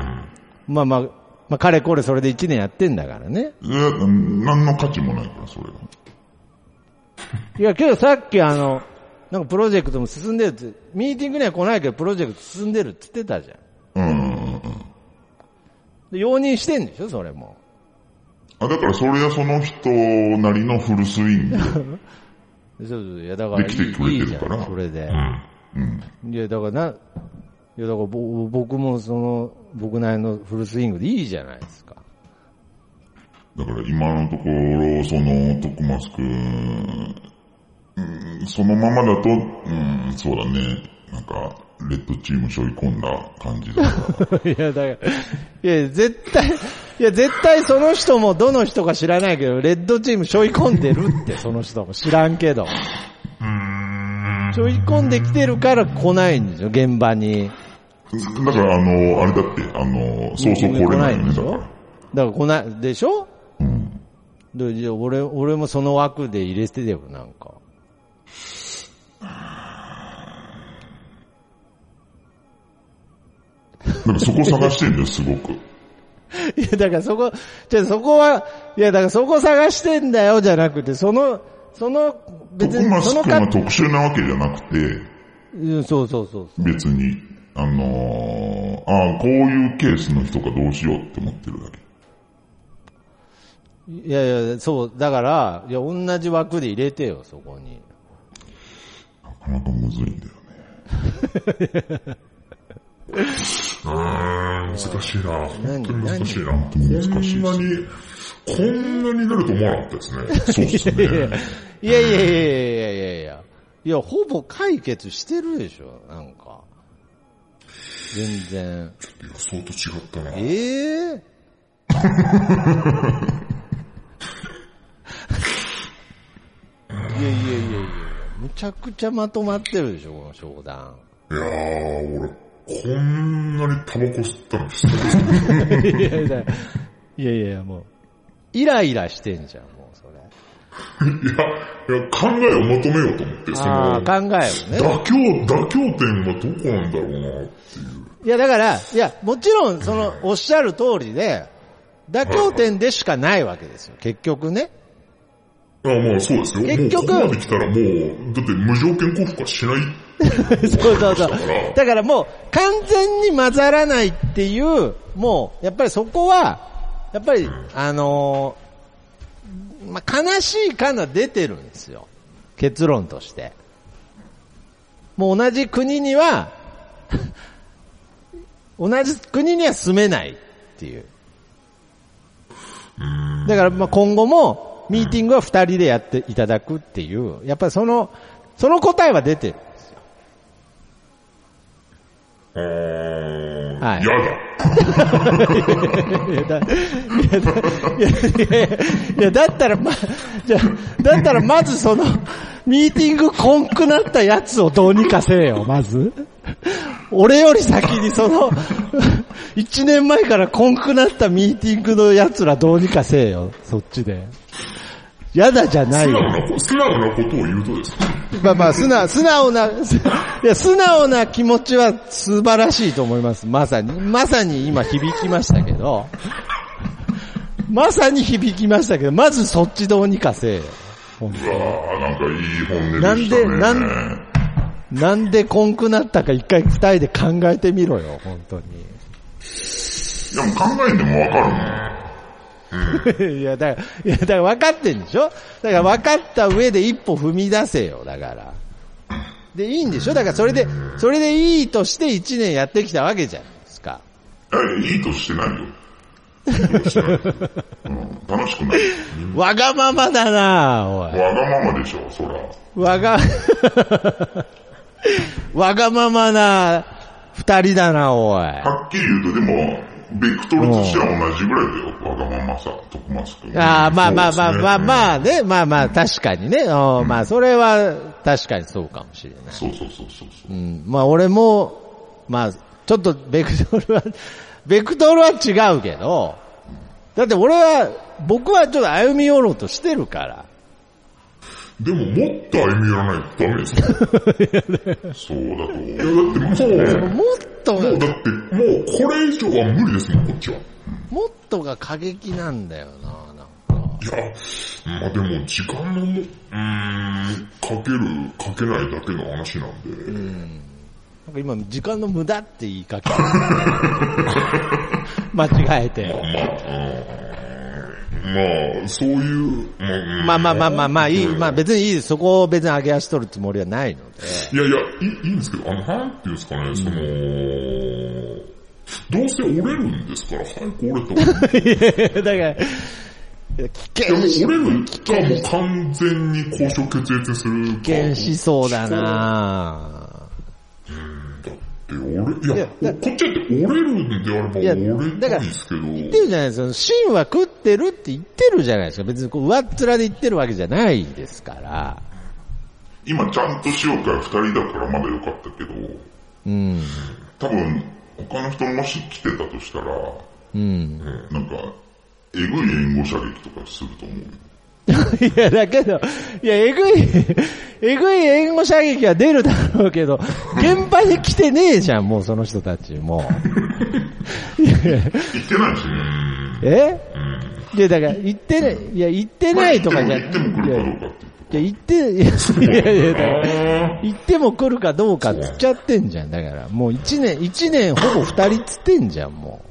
B: まあまあ、まあ、かれこれそれで1年やってんだからね。
A: いや、何の価値もないから、それが。
B: いや、けどさっきあの、なんかプロジェクトも進んでるって、ミーティングには来ないけど、プロジェクト進んでるって言ってたじゃん。
A: うんうんうんうん。
B: で容認してんでしょ、それも。
A: あ、だからそれはその人なりのフルスイング。
B: そうそう、いや、だからいい、
A: できてくれて
B: いい
A: る
B: じゃ
A: から
B: ん、それで。
A: うん。
B: いや、だからな、いや、だからぼ僕もその、僕なりのフルスイングでいいじゃないですか。
A: だから今のところ、その、徳松くん、うん、そのままだと、うん、そうだね。なんか、レッドチーム背負い込んだ感じだから。
B: いや、だから、いや、絶対、いや、絶対その人もどの人か知らないけど、レッドチーム背負い込んでるって、その人も知らんけど。背負い込んできてるから来ないんですよ、現場に。
A: だから、あの、あれだって、あの、そうそう来れないよ
B: ん
A: ね、だ
B: でし
A: か
B: ょ
A: ら。
B: だから来ない、でしょ
A: うん。
B: でじゃあ俺、俺もその枠で入れてよ、なんか。
A: だからそこ探してんだよ、すごく。
B: いや、だからそこ、じゃあそこは、いや、だからそこ探してんだよ、じゃなくて、その、その、 別
A: 徳
B: に、
A: 松
B: その
A: くんは
B: か、
A: 特殊なわけじゃなくて、
B: うんそうそうそうそ
A: 別に、あのー、ああ、こういうケースの人かどうしようって思ってるだけ。
B: う。いやいや、そう、だから、いや、同じ枠で入れてよ、そこに。
A: なかなかむずい んだよね。うーん、難しいな。本当に難しいな。本当に難しい。こんなに、こんなになると思わなかった ですね。そうです
B: いやいや
A: ね。
B: いやいやいやいやいやいや。いや、ほぼ解決してるでしょ、なんか。全然。
A: 予想と違ったな。
B: ええいやいやいやいやいや、むちゃくちゃまとまってるでしょ、この商談。
A: いやー、俺、こんなにタバコ吸ったの久々
B: いやいやいやいや、もう、イライラしてんじゃん、もうそ
A: い
B: れ。
A: や、いや、考えをまとめようと思って、そ
B: ああ、
A: の、妥
B: 考えをね。
A: 協、妥協点はどこなんだろうな。
B: いや、だから、いや、もちろん、その、おっしゃる通りで、妥協点でしかないわけですよ、結局ね。
A: ああまあそうですよ。
B: 結局
A: もうここまで来たらもう、だって無条件降伏はしない。
B: そうそうそう。だからもう完全に混ざらないっていう、もうやっぱりそこは、やっぱり、あのーまあ、悲しい感が出てるんですよ。結論として。もう同じ国には、 同じ国には住めないっていう。だからまあ今後もミーティングは二人でやっていただくっていう、やっぱりその、その答えは出てる。
A: あー、
B: はい
A: やだ。
B: いや、だ、いや、だ、いやいやいや、だったら、ま、じゃあだったらまずその、ミーティングこんくなったやつをどうにかせえよ、まず。俺より先にその、一年前からこんくなったミーティングのやつらどうにかせえよ、そっちで。やだじゃない
A: 素
B: よ。
A: 直なこ、素直なことを言うとですね。
B: まあまあ、素直、素直な、いや、素直な気持ちは素晴らしいと思います。まさに、まさに今響きましたけど、まさに響きましたけど、まずそっちどうにかせえよ。ほんと
A: うわー、なんかいい本音でしたね。
B: なんでなんなんでこんくなったか一回二人で考えてみろよ、本当
A: でも考えてもわかるね。
B: に。い や、だから、いや、だから分かってんでしょだから分かった上で一歩踏み出せよ、だから。で、いいんでしょだからそれで、それでいいとして一年やってきたわけじゃないですか。
A: いやいいとしてないよ。いいとして ないようん楽しくない。
B: わがままだなぁ、
A: わがままでしょ、そら。
B: おい。わ が、わがままな二人だな、おい。
A: はっきり言うと、でも、ベクトルとしては同じぐらいだよ。わがままさ、徳松君。
B: ああ、まあまあまあまあ
A: あ。
B: まあね、まあまあ確かにね、うんまあそれは確かにそうかもしれない。
A: そうそうそうそうそうう。
B: ん、まあ俺も、まあちょっとベクトルは、 ベクトルは違うけど、だって俺は、僕はちょっと歩み寄ろうとしてるから。
A: でも、もっと歩み寄らないとダメ ですよ。そうだと思う。いや、だってもう、
B: もっと
A: もうだ
B: が、
A: って、もうこれ以上は無理ですもん、こっちは。
B: もっとが過激なんだよな、なんか。
A: いや、まあでも時間のも、うーん、かける、かけないだけの話なんで、
B: なんか今、時間の無駄って言い かけた間違えて。
A: まあ、まあ、そういう、まあ、うん
B: まあまあまあまあまあいい、まあ別にいいです。そこを別に上げ足取るつもりはないので。
A: いやいや、いいいいんですけど、あの、なんていうんですかね、その、どうせ折れるんですから、早く折れと。い
B: だから、危
A: や、もう
B: 険
A: 折れ
B: し、
A: るか、もう完全に交渉決裂するか。
B: 危険しそうだな
A: だって折れ、いや、
B: いやだ
A: こっちだって折れるんであれば
B: いや
A: 折れ
B: だ
A: た
B: から
A: いんですけど。
B: 言ってるじゃないですか。芯は食ってるって言ってるじゃないですか。別にこう上っ面で言ってるわけじゃないですから。
A: 今ちゃんとしようか二人だからまだ良かったけど、
B: うん。
A: 多分他の人もし来てたとしたら、
B: うん。
A: うんなんか、えぐい援護射撃とかすると思うよ。
B: いや、だけど、いや、えぐい、 えぐい援護射撃は出るだろうけど、現場に来てねえじゃん、もうその人たちも。
A: 行ってないしね。
B: えいや、だから、言ってない、いや、言ってないとかじゃ、い
A: 行っ
B: や
A: ても行っても来るかどうかっていう
B: い
A: と。
B: や、言って、いや、いやいや、だから言っても来るかどうかっつっちゃってんじゃん。だから、もう一年、一年ほぼ二人っつってんじゃん、も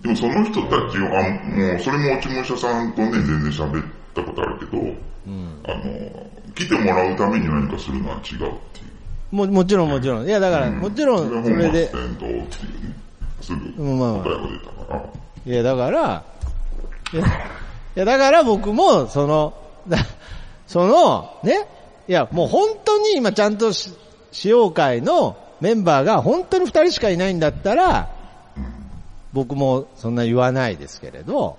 A: でもその人たちを、あもうそれも落ち武者さんとね、全然喋ったことあるけど、あの、来てもらうために何かするのは違うっていう。
B: う。も、もちろんもちろん。いや、だから、もちろ
A: それは
B: ん、そ
A: 本末
B: れで、
A: 転倒っていうね、すぐ
B: うんまあ
A: 答えが出たから。
B: いや、だから、いや、いやだから僕も、その、だその、ね、いや、もう本当に今ちゃんとし、使用会のメンバーが本当に二人しかいないんだったら、僕もそんな言わないですけれど、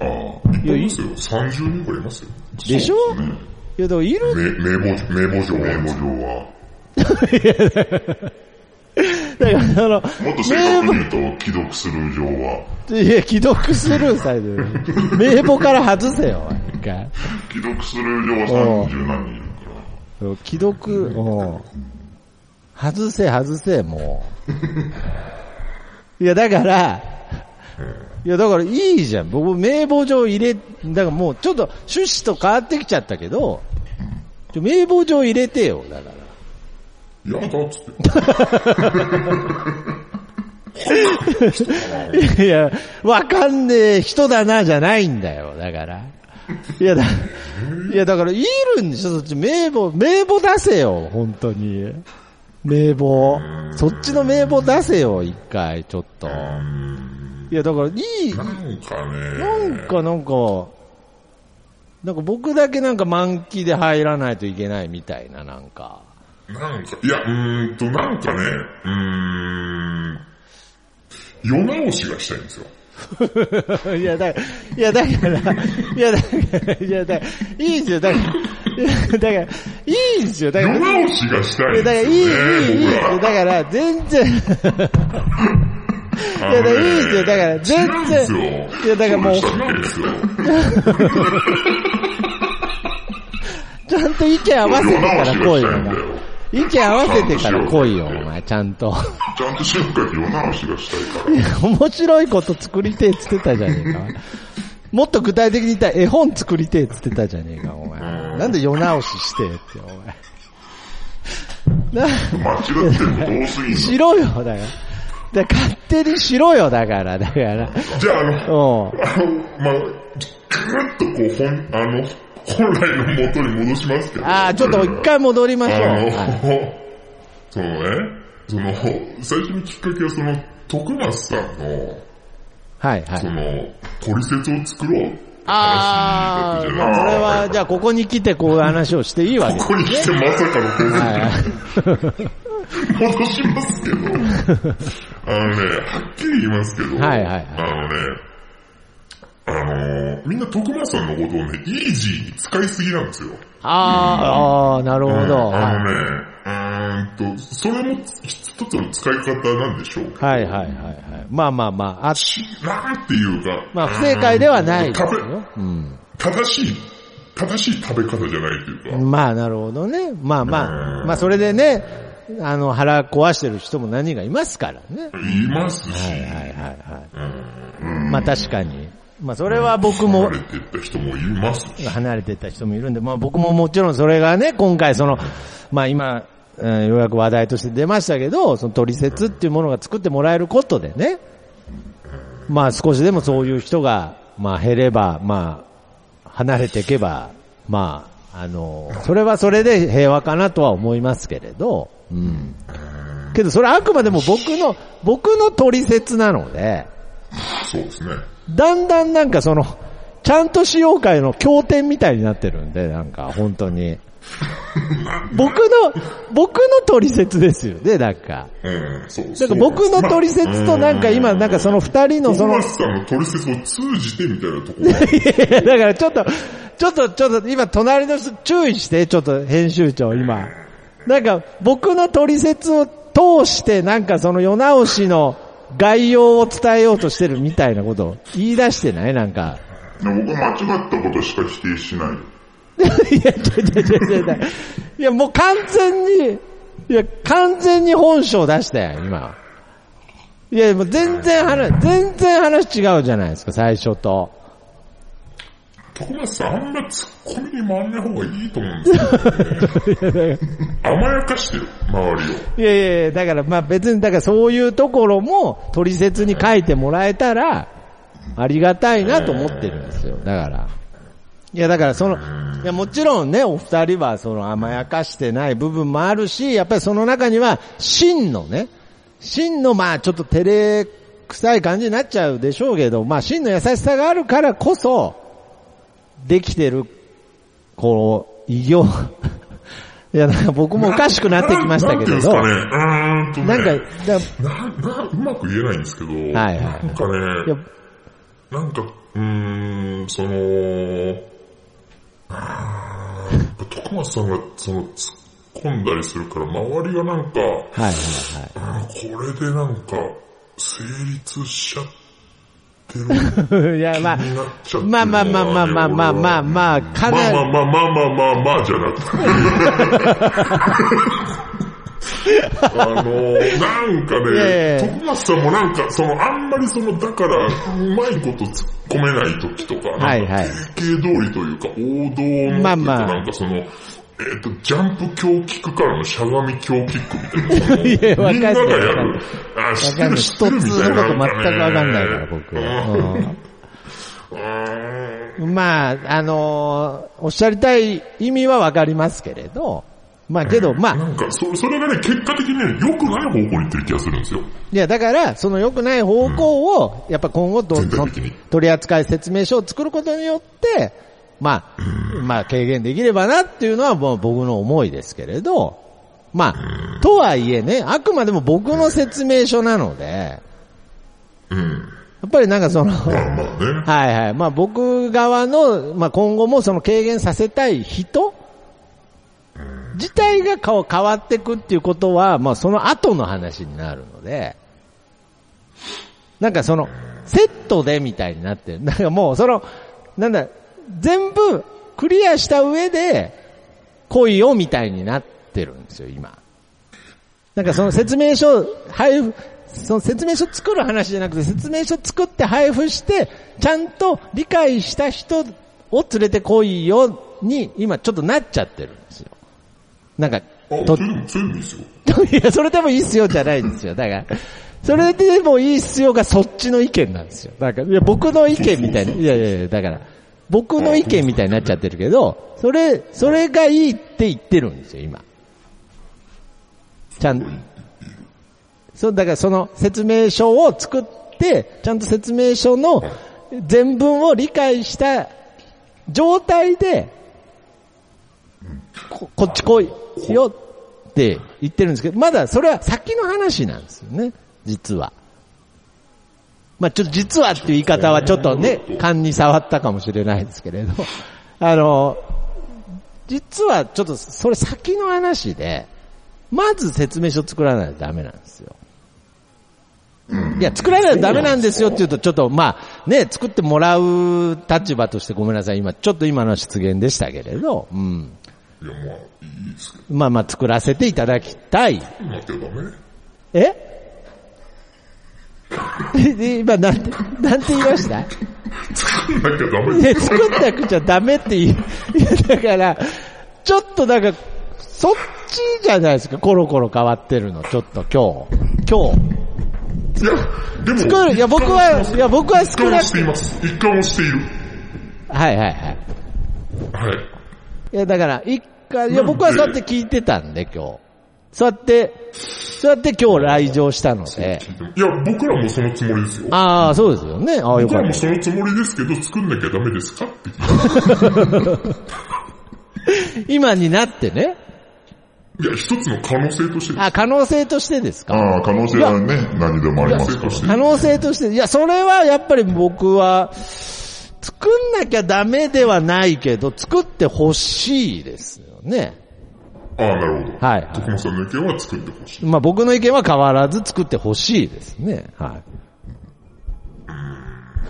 A: ああ、いっぱいいますよ。30人ぐらいいますよ。
B: でしょ
A: そうね
B: いや、でもいる、
A: め名簿、名簿上、名簿上は。
B: だからその、
A: もっと正確
B: 名簿、
A: に言うと、既読する上は。
B: いや、既読スルーされて る。名簿から外せよ、一回。
A: 既読する上は30何人いるか
B: そう既読、うん外せ外せ、もう。いや、だから、いや、だからいいじゃん。僕、名簿上入れ、だからもうちょっと趣旨と変わってきちゃったけど、ちょ名簿上入れてよ、だから。
A: ら。やだっつって。
B: いや、わかんねえ人だな、じゃないんだよ、だから。いや、だ、いや、だから、いるんでしょ、そっち、名簿、名簿出せよ、本当に。名簿。そっちの名簿出せよ、一回、ちょっと。いや、だから、いい、
A: なんか
B: な
A: ね、
B: んか、なんか、なんか僕だけなんか満期で入らないといけないみたいな、なんか。
A: なんか、いや、うーんと、なんかね、うーん、世直しがしたいんですよ。
B: いや、だから、いや、だから、いや、だから、いや、だから、いいんすよ、だから、いやだから、いいんすよ、だか
A: 世
B: ら、い
A: 直しがしたい
B: や、
A: ん
B: だから、いい、い
A: で
B: い、いい
A: すよ
B: いいん
A: ね、
B: すよ、
A: 僕
B: だから、全然、い
A: ら。
B: や、だから、い
A: あのね
B: いんすよ、だから、全
A: 違うんですよ
B: 然、。いやだからもう
A: そうでしたっけですよ。
B: ちゃんと意見合わせてから来い
A: 世
B: よ
A: 直しがしたいんだ
B: な
A: よ。
B: 意見合わせてから来いよ、お前、ちゃんと。
A: ちゃんとしようかって世直しがしたいから。
B: 面白いこと作りてえっつってたじゃねえか。もっと具体的に言ったら絵本作りてえっつってたじゃねえか、お前。なんで世直ししてえって、
A: 間違ってること
B: お前。な、
A: 多すぎんの。
B: しろよ、だから。だから勝手にしろよ、だから、だから。
A: じゃあ、あの、
B: うん。
A: あの、まあ、ぐーっとこう、本、あの、本来の元に戻しますけど。
B: ああ、ちょっと一回戻りましょう。
A: あの、
B: はい
A: そのね、その、最初のきっかけはその、徳松さんの、
B: はい、は
A: そ
B: い。
A: の、取説を作ろうって話だっ
B: ああ、こ
A: た
B: れ
A: じゃない
B: は、じゃあここに来てこういう話をしていいわけ
A: ここに来てまさかの構
B: はい
A: 図。戻しますけど、あのね、はっきり言いますけど、
B: はいはいはい
A: あのね、あのみんな徳間さんのことをね、イージーに使いすぎなんですよ。
B: あーあー、なるほど。
A: うんあの
B: は
A: ね、うーんと、それも一つの使い方なんでしょう。
B: いはいはいはい。まあまあまあ、あ
A: しなんていうか、
B: まあ不正解ではないです
A: 食べ
B: よ。うん。
A: 正しい、正しい食べ方じゃないというか、
B: まあなるほどね。まあま
A: う
B: あ、
A: ん
B: まあそれでね、あの腹壊してる人も何人かいますからね。
A: 言いますし、
B: はいはいはい
A: うん
B: はい。まあ確かに。まあそれは僕も
A: 離れてった人もいますし、
B: 離れてった人もいるんで、まあ僕ももちろんそれがね、今回その、まあ今、うんようやく話題として出ましたけど、その取説っていうものが作ってもらえることでね、まあ少しでもそういう人が、まあ減れば、まあ、離れていけば、まあ、あの、それはそれで平和かなとは思いますけれど、うん。けどそれはあくまでも僕の、僕の取説なので、
A: そうですね。
B: だんだんなんかその、ちゃんと使用会の経典みたいになってるんで、なんか本当に。僕の、僕の取説ですよね、なんか。
A: うん、そう
B: なんか僕の取説となんか今、なんかその二人のそ
A: そ
B: の
A: の、さんの取説を通じてみたいなところが、
B: いやいやだからちょっと、ちょっと、ちょっと、今隣の人注意して、ちょっと編集長、今。なんか、僕の取説を通して、なんかその世直しの概要を伝えようとしてるみたいなことを言い出してないなんか。
A: 僕は間違ったことしか否定しない。
B: いや、ちょいちょいちょいちょいちょい。いや、もう完全に、いや、完全に本性出したよ、今。いや、もう全然話、全然話違うじゃないですか、最初と。
A: 徳松さん、あんまツッコミに回んない方がいいと思うんですよ、ね。甘やかしてる、周りを。
B: いやいやいや、だからまあ別に、だからそういうところも取説に書いてもらえたら、ありがたいなと思ってるんですよ、だから。いやだからその、いやもちろんね、お二人はその甘やかしてない部分もあるし、やっぱりその中には真のね、真のまあちょっと照れくさい感じになっちゃうでしょうけど、まあ真の優しさがあるからこそ、できてる、こう、異業、 いやなんか僕もおかしくなってきましたけれど、
A: なんていうんですかね、うーんと
B: なんか、
A: ね、
B: だ
A: なんか、な、な、うまく言えないんですけど、はい
B: はい
A: なんか
B: いや
A: ね、なんか、うーん、その、あー徳松さんがその突っ込んだりするから、周りがなんか、
B: はいはいはい。
A: あーこれでなんか、成立しちゃってる。
B: いや、ま
A: な
B: あ
A: っちゃっ、てる
B: まあまあまあまあまあまあまあまあ、か
A: まあまあ
B: な
A: まあまあまあまあまあじゃなくて。あのー、なんか
B: いやいや
A: ね、徳松さんもなんか、その、あんまりその、だから、うまいこと突っ込めない時とか、
B: はい
A: なんか
B: はい
A: 定型通りというか、王道の、
B: まあまあ
A: なんかその、えっ、と、ジャンプ強キックからのしゃがみ強キックみたいな。
B: い。いや、 わか
A: み
B: ん
A: んな
B: ない
A: がや
B: わかん
A: る
B: ない。。
A: あ、知って
B: わかんない
A: る、知ってるみたいな。
B: 一つのこと全くわかんないから僕は
A: うんうん
B: まあ、あのーおっしゃりたい意味はわかりますけれど、まあけど、ま
A: な
B: あ、
A: んか、そ、それがね、結果的にね、良くない方向に行ってる気がするんですよ。
B: いやだから、その良くない方向を、やっぱ今後と、
A: 全
B: そ
A: 体
B: の
A: 的に
B: 取扱説明書を作ることによって、まあ、まあ軽減できればなっていうのはもう僕の思いですけれど、まあ、とはいえね、あくまでも僕の説明書なので、
A: うん。
B: やっぱりなんかその、
A: まあ
B: は
A: まあね。
B: いはい。まあ僕側の、まあ今後もその軽減させたい人自体が顔変わってくっていうことは、まあその後の話になるので、なんかその、セットでみたいになってる。なんかもうその、なんだ、全部クリアした上で、恋をみたいになってるんですよ、今。なんかその説明書、配布、その説明書作る話じゃなくて、説明書作って配布して、ちゃんと理解した人を連れてこいよに、今ちょっとなっちゃってるんですよ。なんか、
A: あ、
B: と
A: それでも、それでもいいですよ。
B: いや、それでもいいっすよじゃないんですよ。だから、それでもいいっすよがそっちの意見なんですよ。だから、いや、僕の意見みたいな、いやいやいや、だから、僕の意見みたいになっちゃってるけど、それ、それがいいって言ってるんですよ、今。ちゃんと。そう、だからその説明書を作って、ちゃんと説明書の全文を理解した状態で、ここっち来いよって言ってるんですけど、まだそれは先の話なんですよね、実は。まあちょっと実はっていう言い方はちょっとね、勘に触ったかもしれないですけれど、あの、実はちょっとそれ先の話で、まず説明書作らないとダメなんですよ。いや、作らないとダメなんですよって言うと、ちょっと、まあ、ね、作ってもらう立場としてごめんなさい、今、ちょっと今のは失言でしたけれど、うん。
A: いや、まあ、いいですけ
B: まあまあ、作らせていただきたい。
A: ど、なきゃダメ
B: え 今、なんて、なんて言いました
A: 作んなきゃダメ
B: いや、作んなくちゃダメって言う。いや、だから、ちょっとなんか、そっちじゃないですか、コロコロ変わってるの、ちょっと今日。今日。
A: いや、でも、
B: 作る、いや、僕は、いや、僕は
A: 一
B: 少
A: 貫
B: な
A: は
B: く
A: しています。一貫はしている。
B: はいはいはい。
A: はい。
B: いや、だから、一回、いや、僕はそうやって聞いてたんで、今日。そうやって、そうやって今日来場したので。
A: いや、僕らもそのつもりですよ。
B: ああ、そうですよね。ああ、よ
A: 僕
B: からっ
A: も
B: た。
A: そのつもりですけど、作んなきゃダメですかって聞いて
B: 今になってね。
A: いや、一つの可能性としてです。
B: あ、可能性としてですか
C: ああ、可能性はね、何でもありますから。
B: 可能性として、いや、それはやっぱり僕は、作んなきゃダメではないけど、作ってほしいですよね。
A: ああ、なるほど。
B: はいはい
A: 徳間さんの意見は作ってほしい。
B: まあ僕の意見は変わらず作ってほしいですね。は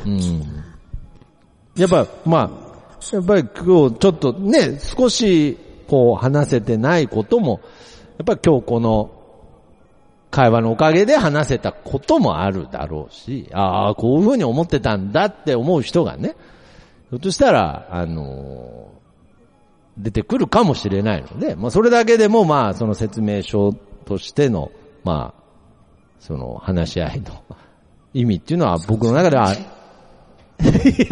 B: い。うん。やっぱ、まあ、やっぱり今日ちょっとね、少しこう話せてないことも、やっぱり今日この会話のおかげで話せたこともあるだろうし、ああ、こういうふうに思ってたんだって思う人がね、ひょっとしたら、あのー出てくるかもしれないので、まあそれだけでもまあその説明書としての、まあ、その話し合いの 意味っていうのは僕の中では、いや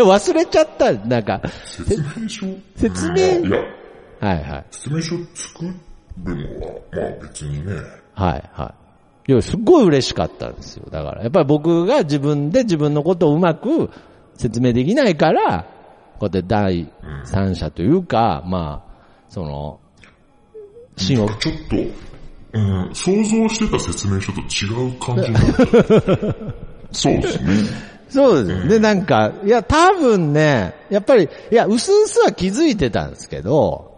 B: 忘れちゃった、なんか、
A: 説明書
B: 説
A: い
B: 明、
A: や、
B: はいはい、
A: 説明書作るのは、まあ別にね。
B: はいはい。いや、すっごい嬉しかったんですよ。だから、やっぱり僕が自分で自分のことをうまく説明できないから、こうやって第三者というか、まあ、その、芯を
A: ちょっと、うん、想像してた説明書と違う感じになった。
C: そうですね。
B: そうです。で、なんか、いや、多分ね、やっぱり、いや、うすうすは気づいてたんですけど、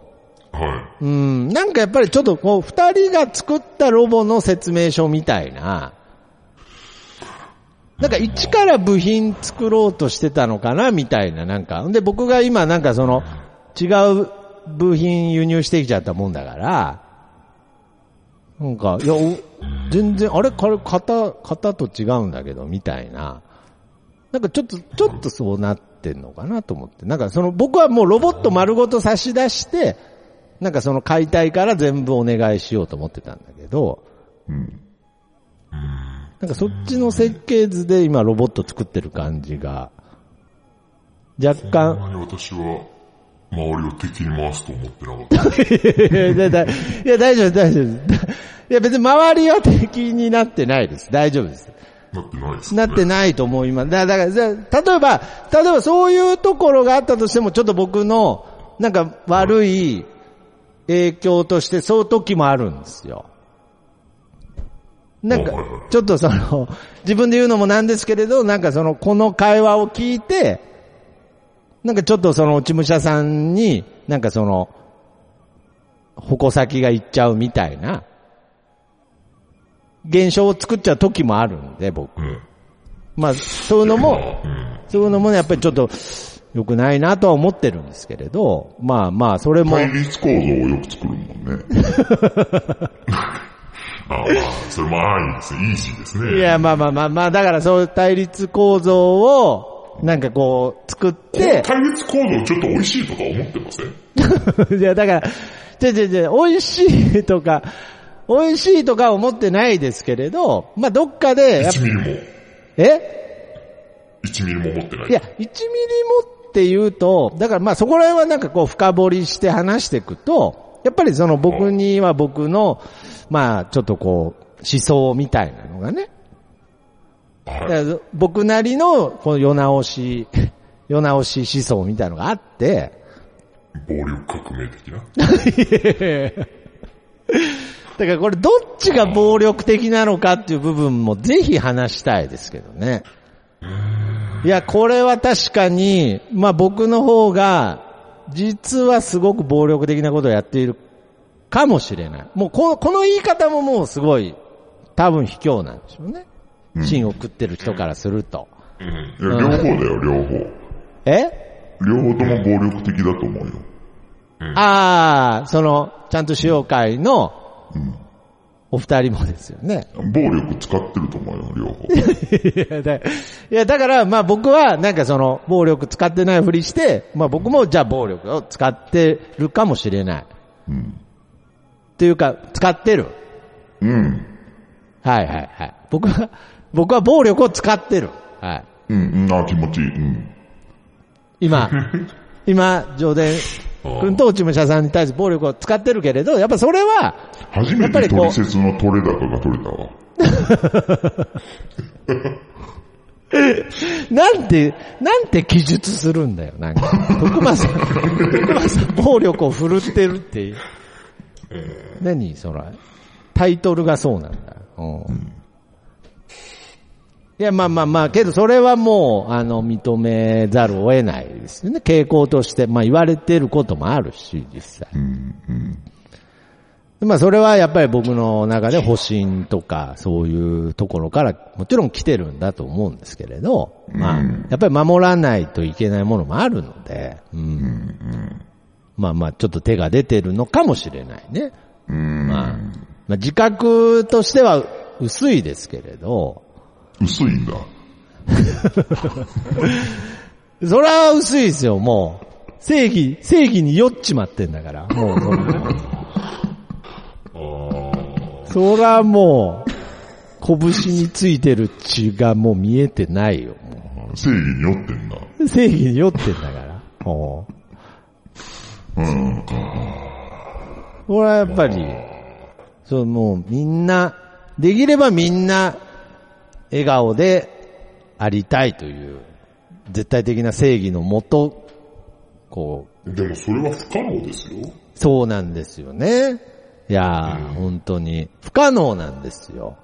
A: は
B: うん、なんかやっぱりちょっとこう、二人が作ったロボの説明書みたいな、なんか一から部品作ろうとしてたのかな、みたいな、なんか。で、僕が今なんかその、違う部品輸入してきちゃったもんだから、なんか、いや、お全然、あれ、これ、型、型と違うんだけど、みたいな。なんかちょっと、ちょっとそうなってんのかなと思って。なんかその、僕はもうロボット丸ごと差し出して、なんかその解体から全部お願いしようと思ってたんだけど、なんかそっちの設計図で今ロボット作ってる感じが、若
A: い。あん
B: 干、
A: まり私は、周りを敵に回すと思ってなかった。
B: いや、だだいや大丈夫、大丈夫です。いや、別に周りは敵になってないです。大丈夫です。
A: なってないです
B: な
A: ね。
B: ってないと思います。だだから、じゃあ例えば、例えばそういうところがあったとしても、ちょっと僕の、なんか悪い影響として、そういう時もあるんですよ。なんか
A: はいはい、
B: ちょっとその、自分で言うのもなんですけれど、なんかその、この会話を聞いて、なんかちょっとその、落ち武者さんに、なんかその、矛先が行っちゃうみたいな、現象を作っちゃう時もあるんで、僕。
A: うん。
B: まあ、そういうのも、
A: うん。
B: そういうのもね、やっぱりちょっと、良くないなとは思ってるんですけれど、まあまあ、それも、
C: 対立構造をよく作るもんね。
A: ああ、まあ、それも安易ですね。イージーですね。
B: いや、まあまあまあまあ、だからそういう対立構造を、なんかこう、作って、
A: 対立構造ちょっと美味しいとか思ってません
B: いや、だから、じゃじゃじゃ美味しいとか、美味しいとか思ってないですけれど、まあどっかで、やっぱ
A: 1ミリも、
B: え
A: 1ミリも持ってない。
B: いや、1ミリもって言うと、だからまあそこら辺はなんかこう深掘りして話していくと、やっぱりその僕には僕の、まあちょっとこう、思想みたいなのがね、
A: はい、
B: だから僕なりのこの世直し、世直し思想みたいなのがあって、
A: 暴力革命的な。
B: からこれどっちが暴力的なのかっていう部分もぜひ話したいですけどね。いや、これは確かに、まあ僕の方が、実はすごく暴力的なことをやっているかもしれない。もうこの、この言い方ももうすごい、多分卑怯なんでしょうね。芯を食ってる人からすると。
C: いや、両方だよ、両方。
B: え
C: 両方とも暴力的だと思うよ。
B: ああ、その、ちゃんと使用会の、お二人もですよね。
C: 暴力使ってると思うよ、両 方。
B: いや、だい やだから、まあ僕は、なんかその、暴力使ってないふりして、まあ僕も、じゃあ暴力を使ってるかもしれない。っていうか、使ってる。
C: うん。
B: はいはいはい。僕は、僕は暴力を使ってる。はい。
C: うん、うん、あ、気持ちいい。うん。
B: 今、今、上田君と内武者さんに対して暴力を使ってるけれど、やっぱそれは、
C: 初
B: や
C: め
B: っぱり
C: て
B: こう
C: トリセツの取れ高が取れたわ。
B: なんて、なんて記述するんだよ、なん か。徳間さん、徳間さん暴力を振るってるって。何それ。タイトルがそうなんだ。うん。いや、まあまあまあ、けどそれはもう、あの、認めざるを得ないですよね。傾向として、まあ言われてることもあるし、実際。まあそれはやっぱり僕の中で保身とかそういうところからもちろん来てるんだと思うんですけれど、まあやっぱり守らないといけないものもあるので、うん、まあまあちょっと手が出てるのかもしれないね。まあ、まあ自覚としては薄いですけれど、
C: 薄いんだ。
B: それは薄いですよ、もう。正義、正義に酔っちまってんだから、もう。もうもうそれはもう、拳についてる血がもう見えてないよ、も
C: 正義に酔ってんだ。
B: う。正義に酔ってんだ から。もう。
C: うん。
B: これはやっぱり、そう、もうみんな、できればみんな、笑顔でありたいという、絶対的な正義のもと、こう、
D: でもそれは不可能ですよ。
B: そうなんですよね。いやー、本当に。不可能なんですよ。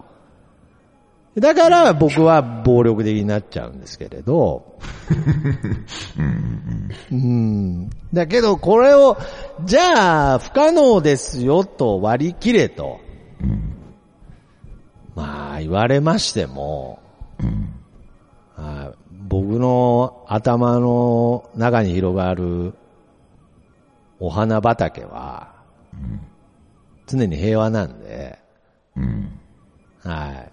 B: だから僕は暴力的になっちゃうんですけれ ど。うん。だけどこれを、じゃあ不可能ですよと割り切れと。まあ言われましても、はい僕の頭の中に広がるお花畑は、常に平和なんで、はい。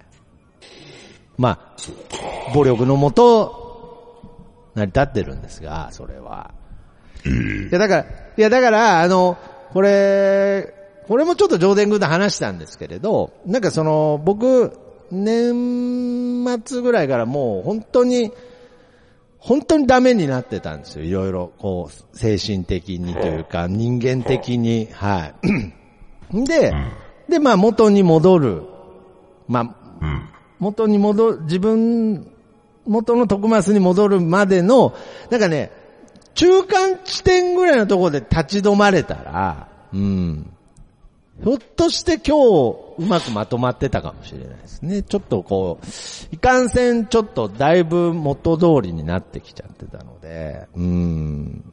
B: まあ、暴力のもと、成り立ってるんですが、それは。いや、だから、いや、だから、あの、これ、これもちょっと上田軍で話したんですけれど、なんかその、僕、年末ぐらいからもう本当に、本当にダメになってたんですよ。いろいろ、こう、精神的にというか、人間的に、はい。で、で、まあ元に戻る。まあ、元に戻る、自分、元の徳マスに戻るまでの、なんかね、中間地点ぐらいのところで立ち止まれたら、うん。ひょっとして今日、うまくまとまってたかもしれないですね。ちょっとこう、いかんせんちょっとだいぶ元通りになってきちゃってたので、うん。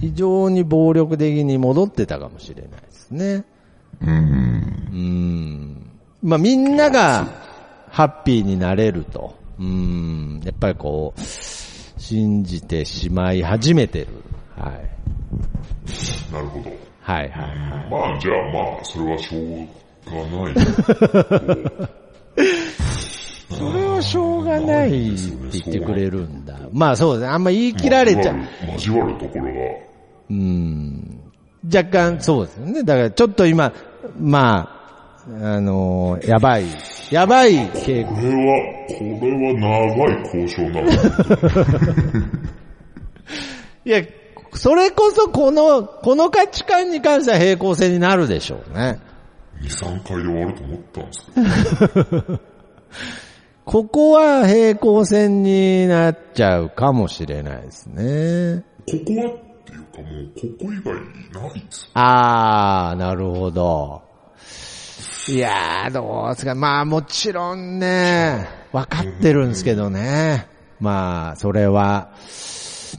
B: 非常に暴力的に戻ってたかもしれないですね。まあ、みんながハッピーになれると。うん。やっぱりこう、信じてしまい始めてる。はい。
D: なるほど。
B: はいはいはい。
D: まあじゃあまあ、それはしょうがない。
B: それはしょうがないって言ってくれるんだ。まあそうですね。あんま言 い切られちゃう。
D: 交わるところが、
B: 若干そうですよね。だからちょっと今、まあ、あのーやばい、やばい傾向
D: これは、これは長い交渉なの。
B: いや、それこそこの、この価値観に関しては平行線になるでしょうね。
D: 2、3回で終わると思ったんですけど。
B: ここは平行線になっちゃうかもしれないですね。
D: ここはっていうかもう、ここ以外ないです。
B: あー、なるほど。いやー、どうですか。まあもちろんね、わかってるんですけどね。まあ、それは、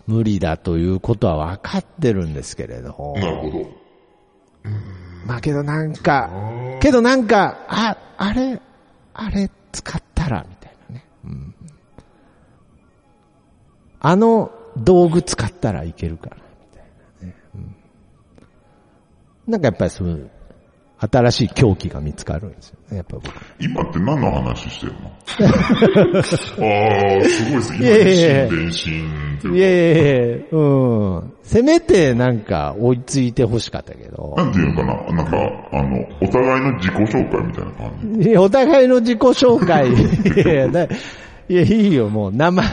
B: 無理だということはわかってるんですけれど。
D: なるほど。
B: まあけどなんか、けどなんか、あ、あれ、あれ使ったら、みたいなね。うんあの道具使ったらいけるかな、みたいなね。うんなんかやっぱりそういう、新しい狂気が見つかるんですよね、やっぱ僕。
C: 今って何の話して るの
D: ああ、すごいです。今、
B: いやいやいや
D: 電信、電信って
B: い
D: いう
B: やいやいや、うん。せめてなんか追いついてほしかったけど。
C: なんていうのかななんか、あの、お互いの自己紹介みたいな感じ。
B: いやお互いの自己紹 介。いやいや、だいや、いいよ、もう、名前、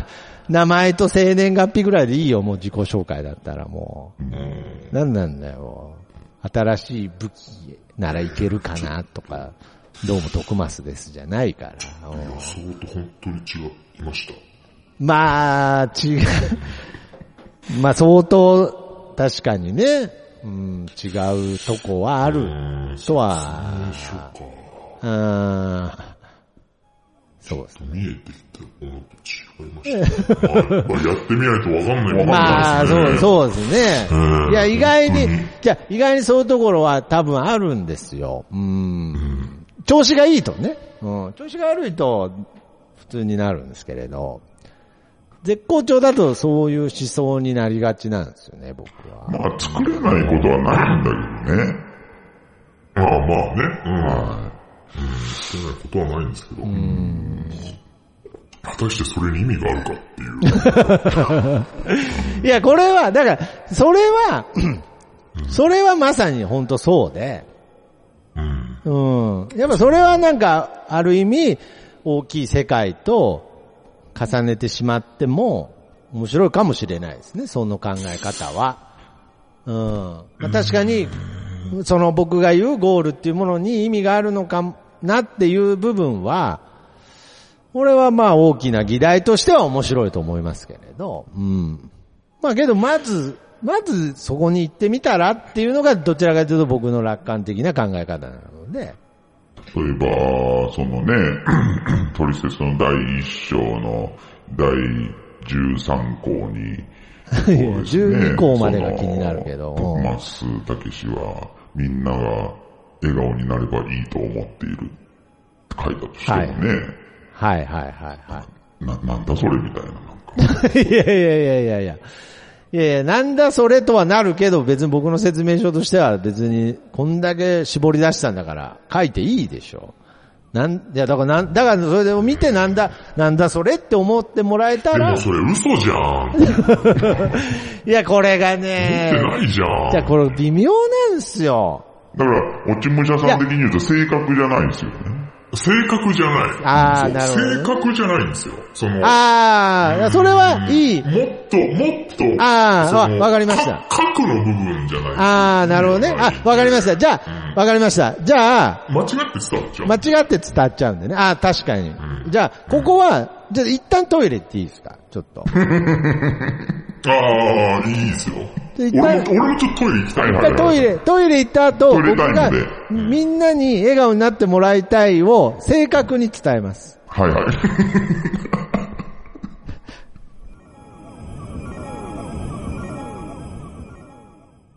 B: 名前と生年月日ぐらいでいいよ、もう自己紹介だったらもう。なんなんだよ。新しい武器ならいけるかな、とか、どうも徳マスですじゃないから。うん
D: 予想と本当に違いました。
B: まあ、違う。 まあ、相当、確かにね、うん、違うとこはある、
D: うん、
B: とは、
D: そうか。
B: うん、そうですね。
D: 見えてきたものと違いました。あやっぱりやってみないとわかんないもん
B: ま
D: な
B: あ、
D: んです
B: そ
D: ね。
B: う、そうです
D: う
B: ね。
D: ん
B: いや、意外に、じゃあ意外にそういうところは多分あるんですよ。うん。調子がいいとね。うん。調子が悪いと、普通になるんですけれど、絶好調だとそういう思想になりがちなんですよね、僕は。
C: まあ、作れないことはないんだけどね。
D: まあまあね。うん。うん。してないことはないんですけど。果たしてそれに意味があるかっていう。
B: いや、これは、だから、それは、それはまさに本当そうで、
D: うん。
B: うん。やっぱそれはなんか、ある意味、大きい世界と重ねてしまっても、面白いかもしれないですね、その考え方は。うん。まあ、確かに、その僕が言うゴールっていうものに意味があるのかなっていう部分は、俺はまあ大きな議題としては面白いと思いますけれど、うん。まあけどまず、まずそこに行ってみたらっていうのがどちらかというと僕の楽観的な考え方なので、
C: 例えば、その ね、トリセツの第1章の第13項に、
B: 12項までが気になるけど、
C: その
B: うん
C: マス・タケシは、みんなが笑顔になればいいと思っているって書いたとしてもね、
B: はいはいはいは
C: な、なんだそれみたいな、なんか。
B: い。 いやいやいやいやいや。いやいや、なんだそれとはなるけど、別に僕の説明書としては別に、こんだけ絞り出したんだから、書いていいでしょ。なん、いや、だからなん、だからそれでも見てなんだ、なんだそれって思ってもらえた
D: で
B: ら
D: も、それ嘘じゃん。見て
B: いや、これがね、
D: ないじ
B: じ
D: ゃ
B: ゃあ
D: ん。
B: これ微妙なんですよ。
C: だから、落ち武者さん的に言うと正確じゃないんですよね。
D: 正確じゃない。
B: あー
D: そう
B: なるほ
D: 正
B: どね
D: 確じゃないんですよ。その、
B: ああ、それはいい。
D: もっと、もっと、
B: あー
D: その
B: わわかりました
D: か核の部分じゃない。
B: ああ、なるほどね。あ、わかりました。じゃあ、わかりました。じゃあ、
D: 間違って伝わっちゃう。
B: 間違って伝わっちゃうんでね。ああ、確かに。じゃあ、ここは、じゃあ一旦トイレ行っていいですかちょっと。
D: ああ、いいですよ。
B: で
D: 俺
B: 一
D: も、
B: 回
D: 俺もちょっとトイレ行きたいな。
B: 一回トイレ、トイレ行った後、
C: トイレ
B: 僕
C: タイム
B: が
C: で、
B: みんなに笑顔になってもらいたいを正確に伝えます。
C: はいはい。